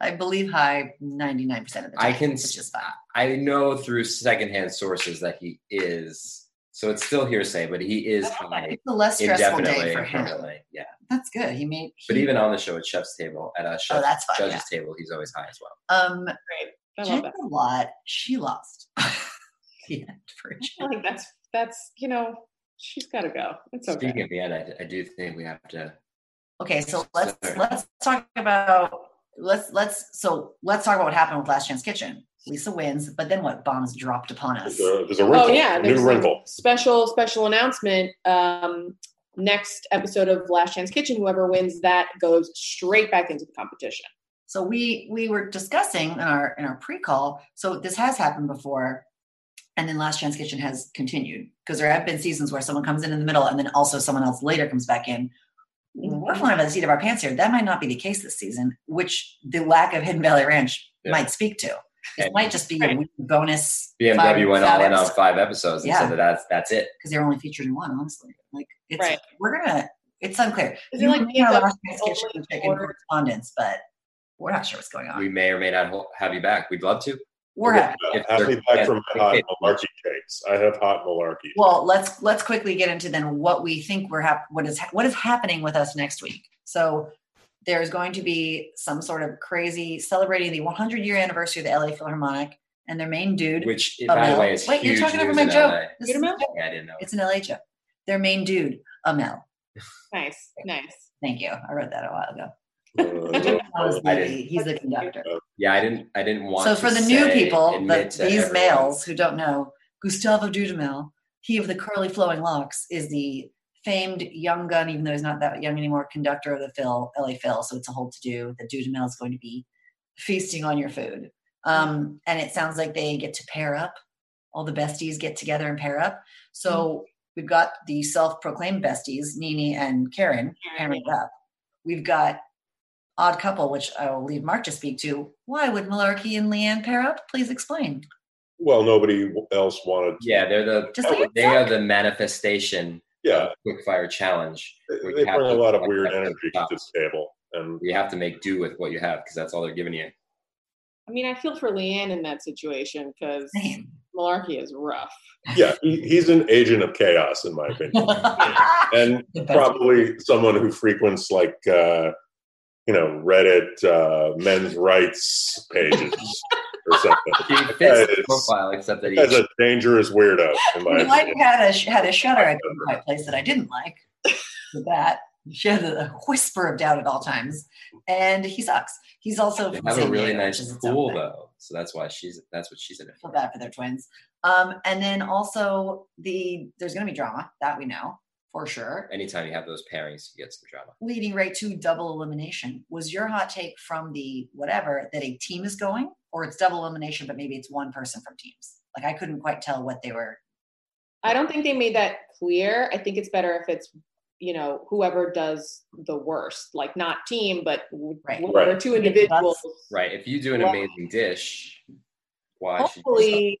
S3: I believe high 99% of the time.
S4: I can
S3: It's just that.
S4: I know through secondhand sources that he is. So it's still hearsay, but he is high
S3: It's a less stressful
S4: indefinitely.
S3: day for him.
S4: permanently, Yeah,
S3: That's good. He made.
S4: but
S3: he-
S4: even on the show at Chef's Table,
S3: Oh,
S4: at a chef,
S3: that's fine,
S4: judge's table, he's always high as well.
S3: um,
S7: I love
S3: Jen
S7: that.
S3: Lot, she lost. the end for
S7: I
S3: Jen.
S7: think that's that's you know she's got to go. It's okay.
S4: Speaking of the end, I, I do think we have to.
S3: Okay, so let's
S4: Sorry.
S3: let's talk about let's let's so let's talk about what happened with Last Chance Kitchen. Lisa wins, but then what bombs dropped upon us?
S6: There's a, there's a wrinkle,
S7: Oh yeah,
S6: a
S7: there's
S6: new
S7: a
S6: wrinkle.
S7: special special announcement. Um, next episode of Last Chance Kitchen, whoever wins that goes straight back into the competition.
S3: So we we were discussing in our in our pre-call. So this has happened before, and then Last Chance Kitchen has continued because there have been seasons where someone comes in in the middle, and then also someone else later comes back in.
S7: Mm-hmm.
S3: We're flying by the seat of our pants here. That might not be the case this season, which the lack of Hidden Valley Ranch
S4: Yeah.
S3: might speak to. It
S4: And
S3: might just be a
S7: Right.
S3: weird bonus
S4: BMW went all in on five episodes and
S3: Yeah.
S4: said that that's, that's it.
S3: because they're only featured in one. Honestly, like it's
S7: Right.
S3: we're gonna. It's unclear.
S7: Is
S3: You
S7: it like
S3: may have
S7: makeup
S3: Last Chance Kitchen
S7: only
S3: in
S7: ordered?
S3: correspondence, but we're not sure what's going on.
S4: We may or may not ho- have you back. We'd love to.
S3: we're
S4: we're-
S3: happy.
S6: Yeah,
S4: If
S6: happy
S4: they're-
S6: back
S4: yes,
S6: from my
S4: they
S6: hot
S4: did.
S6: malarkey cakes. I have hot malarkey.
S3: Well, let's let's quickly get into then what we think we're hap- what is ha- what is happening with us next week. So there's going to be some sort of crazy celebrating the 100 year anniversary of the LA Philharmonic and their main dude.
S4: Which,
S3: Oh,
S4: by
S3: no.
S4: the way, is
S3: Wait,
S4: huge
S3: you're talking over
S4: news
S3: my
S4: in
S3: joke.
S4: LA.
S3: This
S7: Good
S3: is-
S7: amount?
S4: Yeah, I didn't know.
S3: It's an LA joke. Their main dude, Amel.
S7: Nice, nice.
S3: Thank you. I wrote that a while ago.
S6: Uh,
S3: That was
S4: I
S3: the-
S4: didn't-
S3: he's the conductor.
S4: yeah, I didn't. I didn't want.
S3: So
S4: to
S3: for the new
S4: say-
S3: people,
S4: admit
S3: the,
S4: to
S3: these
S4: everyone-
S3: males who don't know, Gustavo Dudamel, he of the curly flowing locks, is the famed young gun, even though he's not that young anymore, conductor of the Phil LA Phil. So it's a whole to do. The Dudamel is going to be feasting on your food. Um, and it sounds like they get to pair up. All the besties get together and pair up. So we've got the self-proclaimed besties, Nini and Karen, pairing up. We've got odd couple, which I will leave Mark to speak to. Why would Malarkey and Leanne pair up? Please explain.
S6: well, nobody else wanted. To,
S4: Yeah, they're the.
S3: Just like
S4: They are the manifestation
S6: yeah,
S4: quick fire challenge.
S6: they,
S4: We
S6: they
S4: have
S6: bring a
S4: to-
S6: lot of weird
S4: like,
S6: energy to this table, and
S4: You have to make do with what you have because that's all they're giving you.
S7: I mean, I feel for Leanne in that situation because
S3: Same.
S7: malarkey is rough.
S6: yeah, he, he's an agent of chaos, in my opinion,
S3: the
S6: and
S3: best.
S6: probably someone who frequents like uh, you know Reddit uh, men's rights pages or something.
S4: He fits
S6: That
S4: the
S6: is-
S4: profile, except that
S6: As
S4: he's
S6: a dangerous weirdo, in my
S3: Light
S6: opinion.
S3: had a had a shudder I couldn't quite place that I didn't like. With that she had a whisper of doubt at all times, and he sucks. He's also
S4: they
S3: from
S4: have a
S3: San
S4: really
S3: Diego, which
S4: nice
S3: is its own
S4: pool
S3: thing.
S4: though, so that's why she's that's what she's in it
S3: feel
S4: for.
S3: bad for their twins. Um, and then also the there's going to be drama that we know for sure.
S4: Anytime you have those pairings, you get some drama.
S3: Leading right to double elimination. Was your hot take from the whatever that a team is going, or it's double elimination, but maybe it's one person from teams? Like I couldn't quite tell what they were.
S7: I don't think they made that clear. I think it's better if it's you know whoever does the worst, like not team, but
S3: Right.
S7: one or two individuals.
S4: Right. If you do an
S7: Well-
S4: amazing dish, why should you
S7: Hopefully-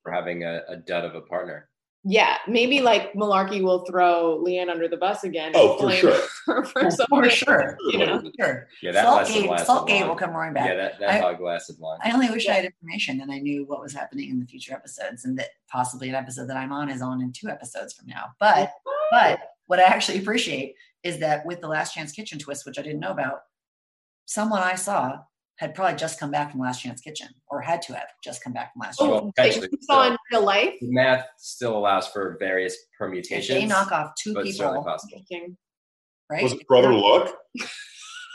S4: suffer for having a, a dud of a partner?
S7: Yeah, maybe like Malarkey will throw Leanne under the bus again. and
S6: Oh, for
S7: blame
S6: sure.
S7: her for
S3: For
S7: something.
S3: sure,
S7: You know,
S3: sure.
S4: Yeah, that
S3: Salt
S4: lesson
S3: Gate,
S4: lasted
S3: Salt Gate
S4: long.
S3: will come roaring back.
S4: Yeah, that, that
S3: I-
S4: hog lasted long.
S3: I only wish I had information and I knew what was happening in the future episodes and that possibly an episode that I'm on is on in two episodes from now. But but what I actually appreciate is that with the Last Chance Kitchen twist, which I didn't know about, someone I saw had probably just come back from Last Chance Kitchen or had to have just come back from Last Chance.
S7: Oh,
S4: Well,
S7: that
S4: actually,
S7: you saw in real life.
S4: The math still allows for various permutations.
S3: Kitchen. They knock off two
S4: but it's certainly
S3: people,
S4: possible.
S7: Thinking,
S3: right?
S6: Was it brother Luck?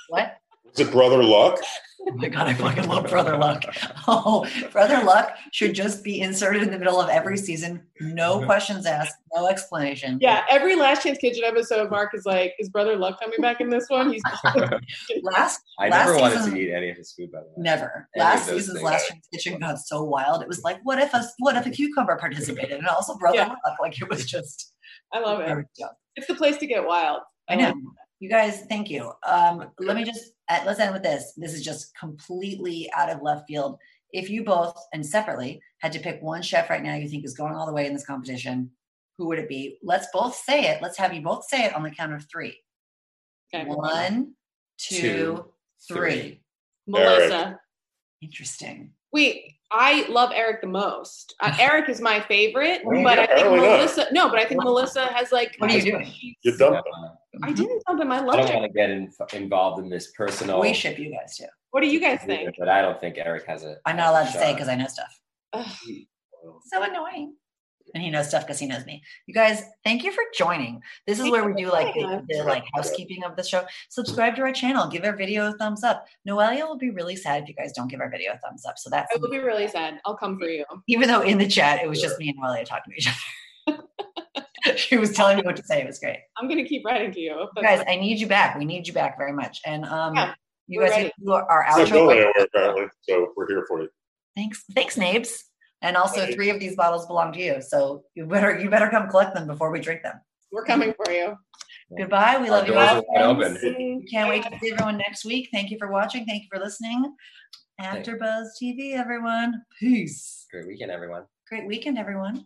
S3: What?
S6: Is it Brother Luck?
S3: Oh my god, I fucking love Brother Luck. Oh, Brother Luck should just be inserted in the middle of every season. No questions asked, no explanation.
S7: Yeah, every Last Chance Kitchen episode, Mark is like, "Is Brother Luck coming back in this one?" He's
S3: Last
S4: I
S3: last
S4: never wanted
S3: season-
S4: to eat any of his food, by the way.
S3: never.
S4: Any of
S3: last
S4: those
S3: season's
S4: things.
S3: Last Chance Kitchen got so wild. It was like, what if a what if a cucumber participated? And also Brother
S7: Yeah.
S3: Luck. Like it was just
S7: I love it. It's the place to get wild. Um,
S3: I know. Oh, You guys, thank you. Um, let me just uh, let's end with this. This is just completely out of left field. If you both and separately had to pick one chef right now you think is going all the way in this competition, who would it be? Let's both say it. Let's have you both say it on the count of three.
S7: Okay.
S3: One, two, three.
S4: Two, three.
S7: Melissa.
S3: Interesting.
S7: Wait, I love Eric the most. Uh, Eric is my favorite,
S6: Well,
S7: but
S6: yeah,
S7: I think
S6: apparently not.
S7: Melissa. No, but I think Melissa has like.
S3: What are you doing?
S6: You
S4: uh,
S6: dump them.
S7: I
S4: Mm-hmm.
S7: didn't dump him. I
S4: I
S7: loved
S4: don't
S7: her.
S4: want to get in, involved in this personal.
S3: We ship you guys too.
S7: What do you guys think?
S4: But I don't think Eric has a.
S3: I'm not allowed to say because I know stuff.
S7: Ugh.
S3: so annoying. And he knows stuff because he knows me. You guys, thank you for joining. This is
S7: Thank
S3: where
S7: you
S3: we do
S7: for
S3: like
S7: joining
S3: the,
S7: us.
S3: the like housekeeping of the show. Subscribe to our channel. Give our video a thumbs up. Noelia will be really sad if you guys don't give our video a thumbs up. So that's
S7: I will be really sad. I'll come for you.
S3: even though in the chat it was just me and Noelia talking to each other. she was telling me what to say. It was great.
S7: I'm gonna keep writing to you.
S3: You guys, I need you back. We need you back very much. And um,
S7: Yeah,
S3: you
S7: we're
S3: guys
S7: ready.
S3: can do our
S6: It's not
S3: outro.
S6: going anywhere apparently, so we're here for you.
S3: Thanks, thanks, Nabes. And also,
S6: Hey.
S3: three of these bottles belong to you. So you better you better come collect them before we drink them.
S7: We're coming for you.
S3: Goodbye. We
S4: Our
S3: love you
S4: doors
S3: all.
S4: are wide open.
S3: We can't wait to see everyone next week. Thank you for watching. Thank you for listening.
S4: Thank-
S3: AfterBuzz TV, everyone. Peace.
S4: Great weekend, everyone.
S3: Great weekend, everyone.